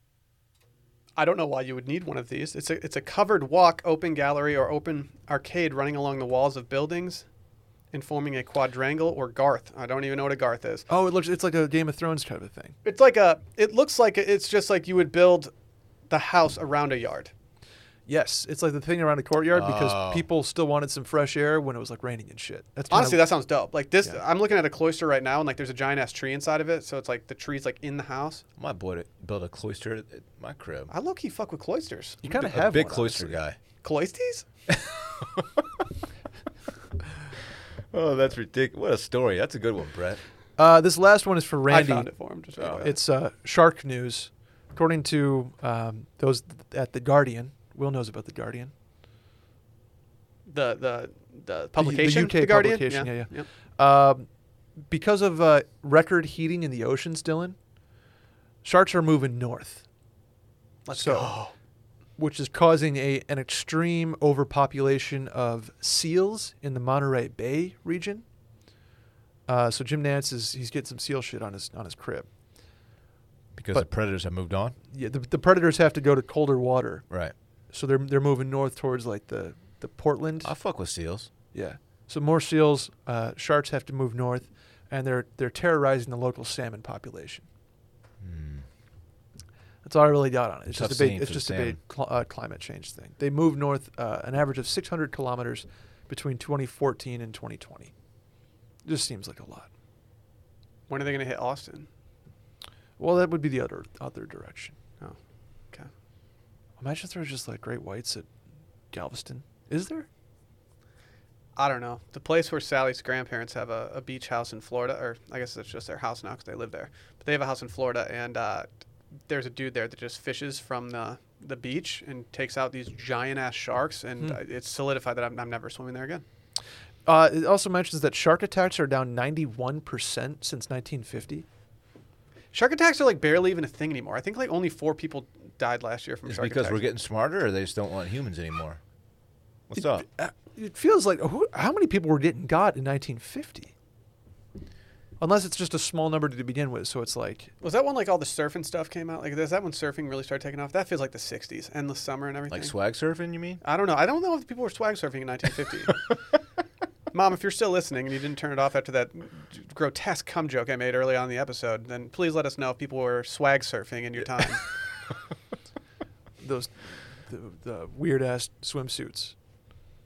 I don't know why you would need one of these. It's a it's a covered walk, open gallery, or open arcade running along the walls of buildings, and forming a quadrangle or garth. I don't even know what a garth is.
Oh, it looks it's like a Game of Thrones kind of a thing.
It's like a. It looks like it's just like you would build the house around a yard.
Yes, it's like the thing around the courtyard
Oh.
because people still wanted some fresh air when it was like raining and shit. That's kinda-
Honestly, that sounds dope. Like this, I'm looking at a cloister right now, and like there's a giant ass tree inside of it. So it's like the tree's like in the house.
My boy built a cloister at at my crib.
I low key fuck with cloisters.
you kind
A
of have
big
one,
cloister guy.
honestly.
Cloistes?
Oh, that's ridiculous. What a story. That's a good one, Brett.
Uh, this last one is for
I
Randy.
found it for him. Just anyway.
It's uh, shark news, according to um, those at the Guardian. Will knows about the Guardian.
the the the publication.
the UK
Guardian?
publication. Yeah, yeah.
yeah.
Um, because of uh, record heating in the oceans, Dylan, sharks are moving north. Let's go. Which is causing a an extreme overpopulation of seals in the Monterey Bay region. Uh, so Jim Nance is he's getting some seal shit on his on his crib.
Because
But-
the predators have moved on.
Yeah, the, the predators have to go to colder water,
Right.
so they're they're moving north towards like the the Portland.
I fuck with seals.
Yeah. So more seals, uh, sharks have to move north, and they're they're terrorizing the local salmon population. That's all I really got on it. It's
Hmm. Tough
just a
scene
big, it's
for the
just a big cl- uh, climate change thing. They moved north uh, an average of 600 kilometers between 2014 and 2020. Just seems like a lot.
When are they gonna hit Austin?
Well, that would be the other other direction.
Oh, okay.
Imagine if there was just like great whites at Galveston. Is there?
I don't know. The place where Sally's grandparents have a, a beach house in Florida, or I guess it's just their house now because they live there. But they have a house in Florida, and uh, there's a dude there that just fishes from the, the beach and takes out these giant ass sharks, and
Hmm.
uh, it's solidified that I'm, I'm never swimming there again.
Uh, it also mentions that shark attacks are down 91 percent since 1950.
Shark attacks are like barely even a thing anymore. I think like only four people died last year from
Is it
shark
because
attacks.
we're getting smarter or they just don't want humans anymore? What's up?
uh, it feels like who, how many people were getting got in 1950? Unless it's just a small number to begin with, so it's like
was that when like all the surfing stuff came out? Like, is that when surfing really started taking off? That feels like the '60s, endless summer and everything.
Like swag surfing, you mean?
I don't know. I don't know if people were swag surfing in 1950. Mom, if you're still listening and you didn't turn it off after that grotesque cum joke I made early on in the episode, then please let us know if people were swag surfing in your time.
those the, the weird ass swimsuits.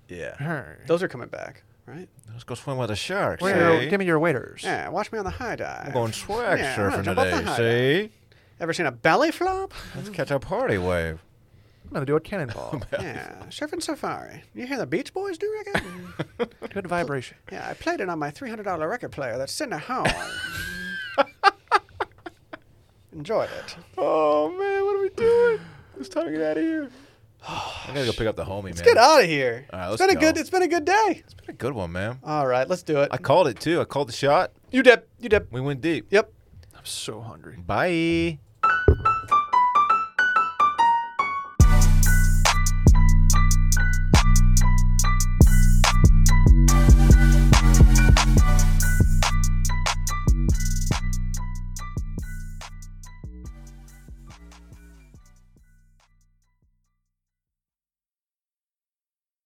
Yeah.
Those
Those are coming back, right?
Let's go swim with the sharks. see?
give me your waiters.
Yeah, watch me on the high dive.
We're going swag
Yeah, I'm gonna
surfing
jump off the
today.
high dive.
See?
Ever seen a belly flop?
Let's catch a party wave.
I'm gonna do a cannonball.
yeah, surfing safari. You hear the Beach Boys do record?
Good vibration.
yeah, I played it on my $300 record player that's sitting at home. Enjoyed it.
Oh man, what are we doing? It's time to get out of here. I gotta go pick up the homie, man.
Get out of here.
All right,
it's
let's
been a
go.
good. It's been a good day.
It's been a good one, man.
All right, let's do it.
I called it too. I called the shot.
you dip. You dip.
We went deep.
Yep.
I'm so hungry.
Bye.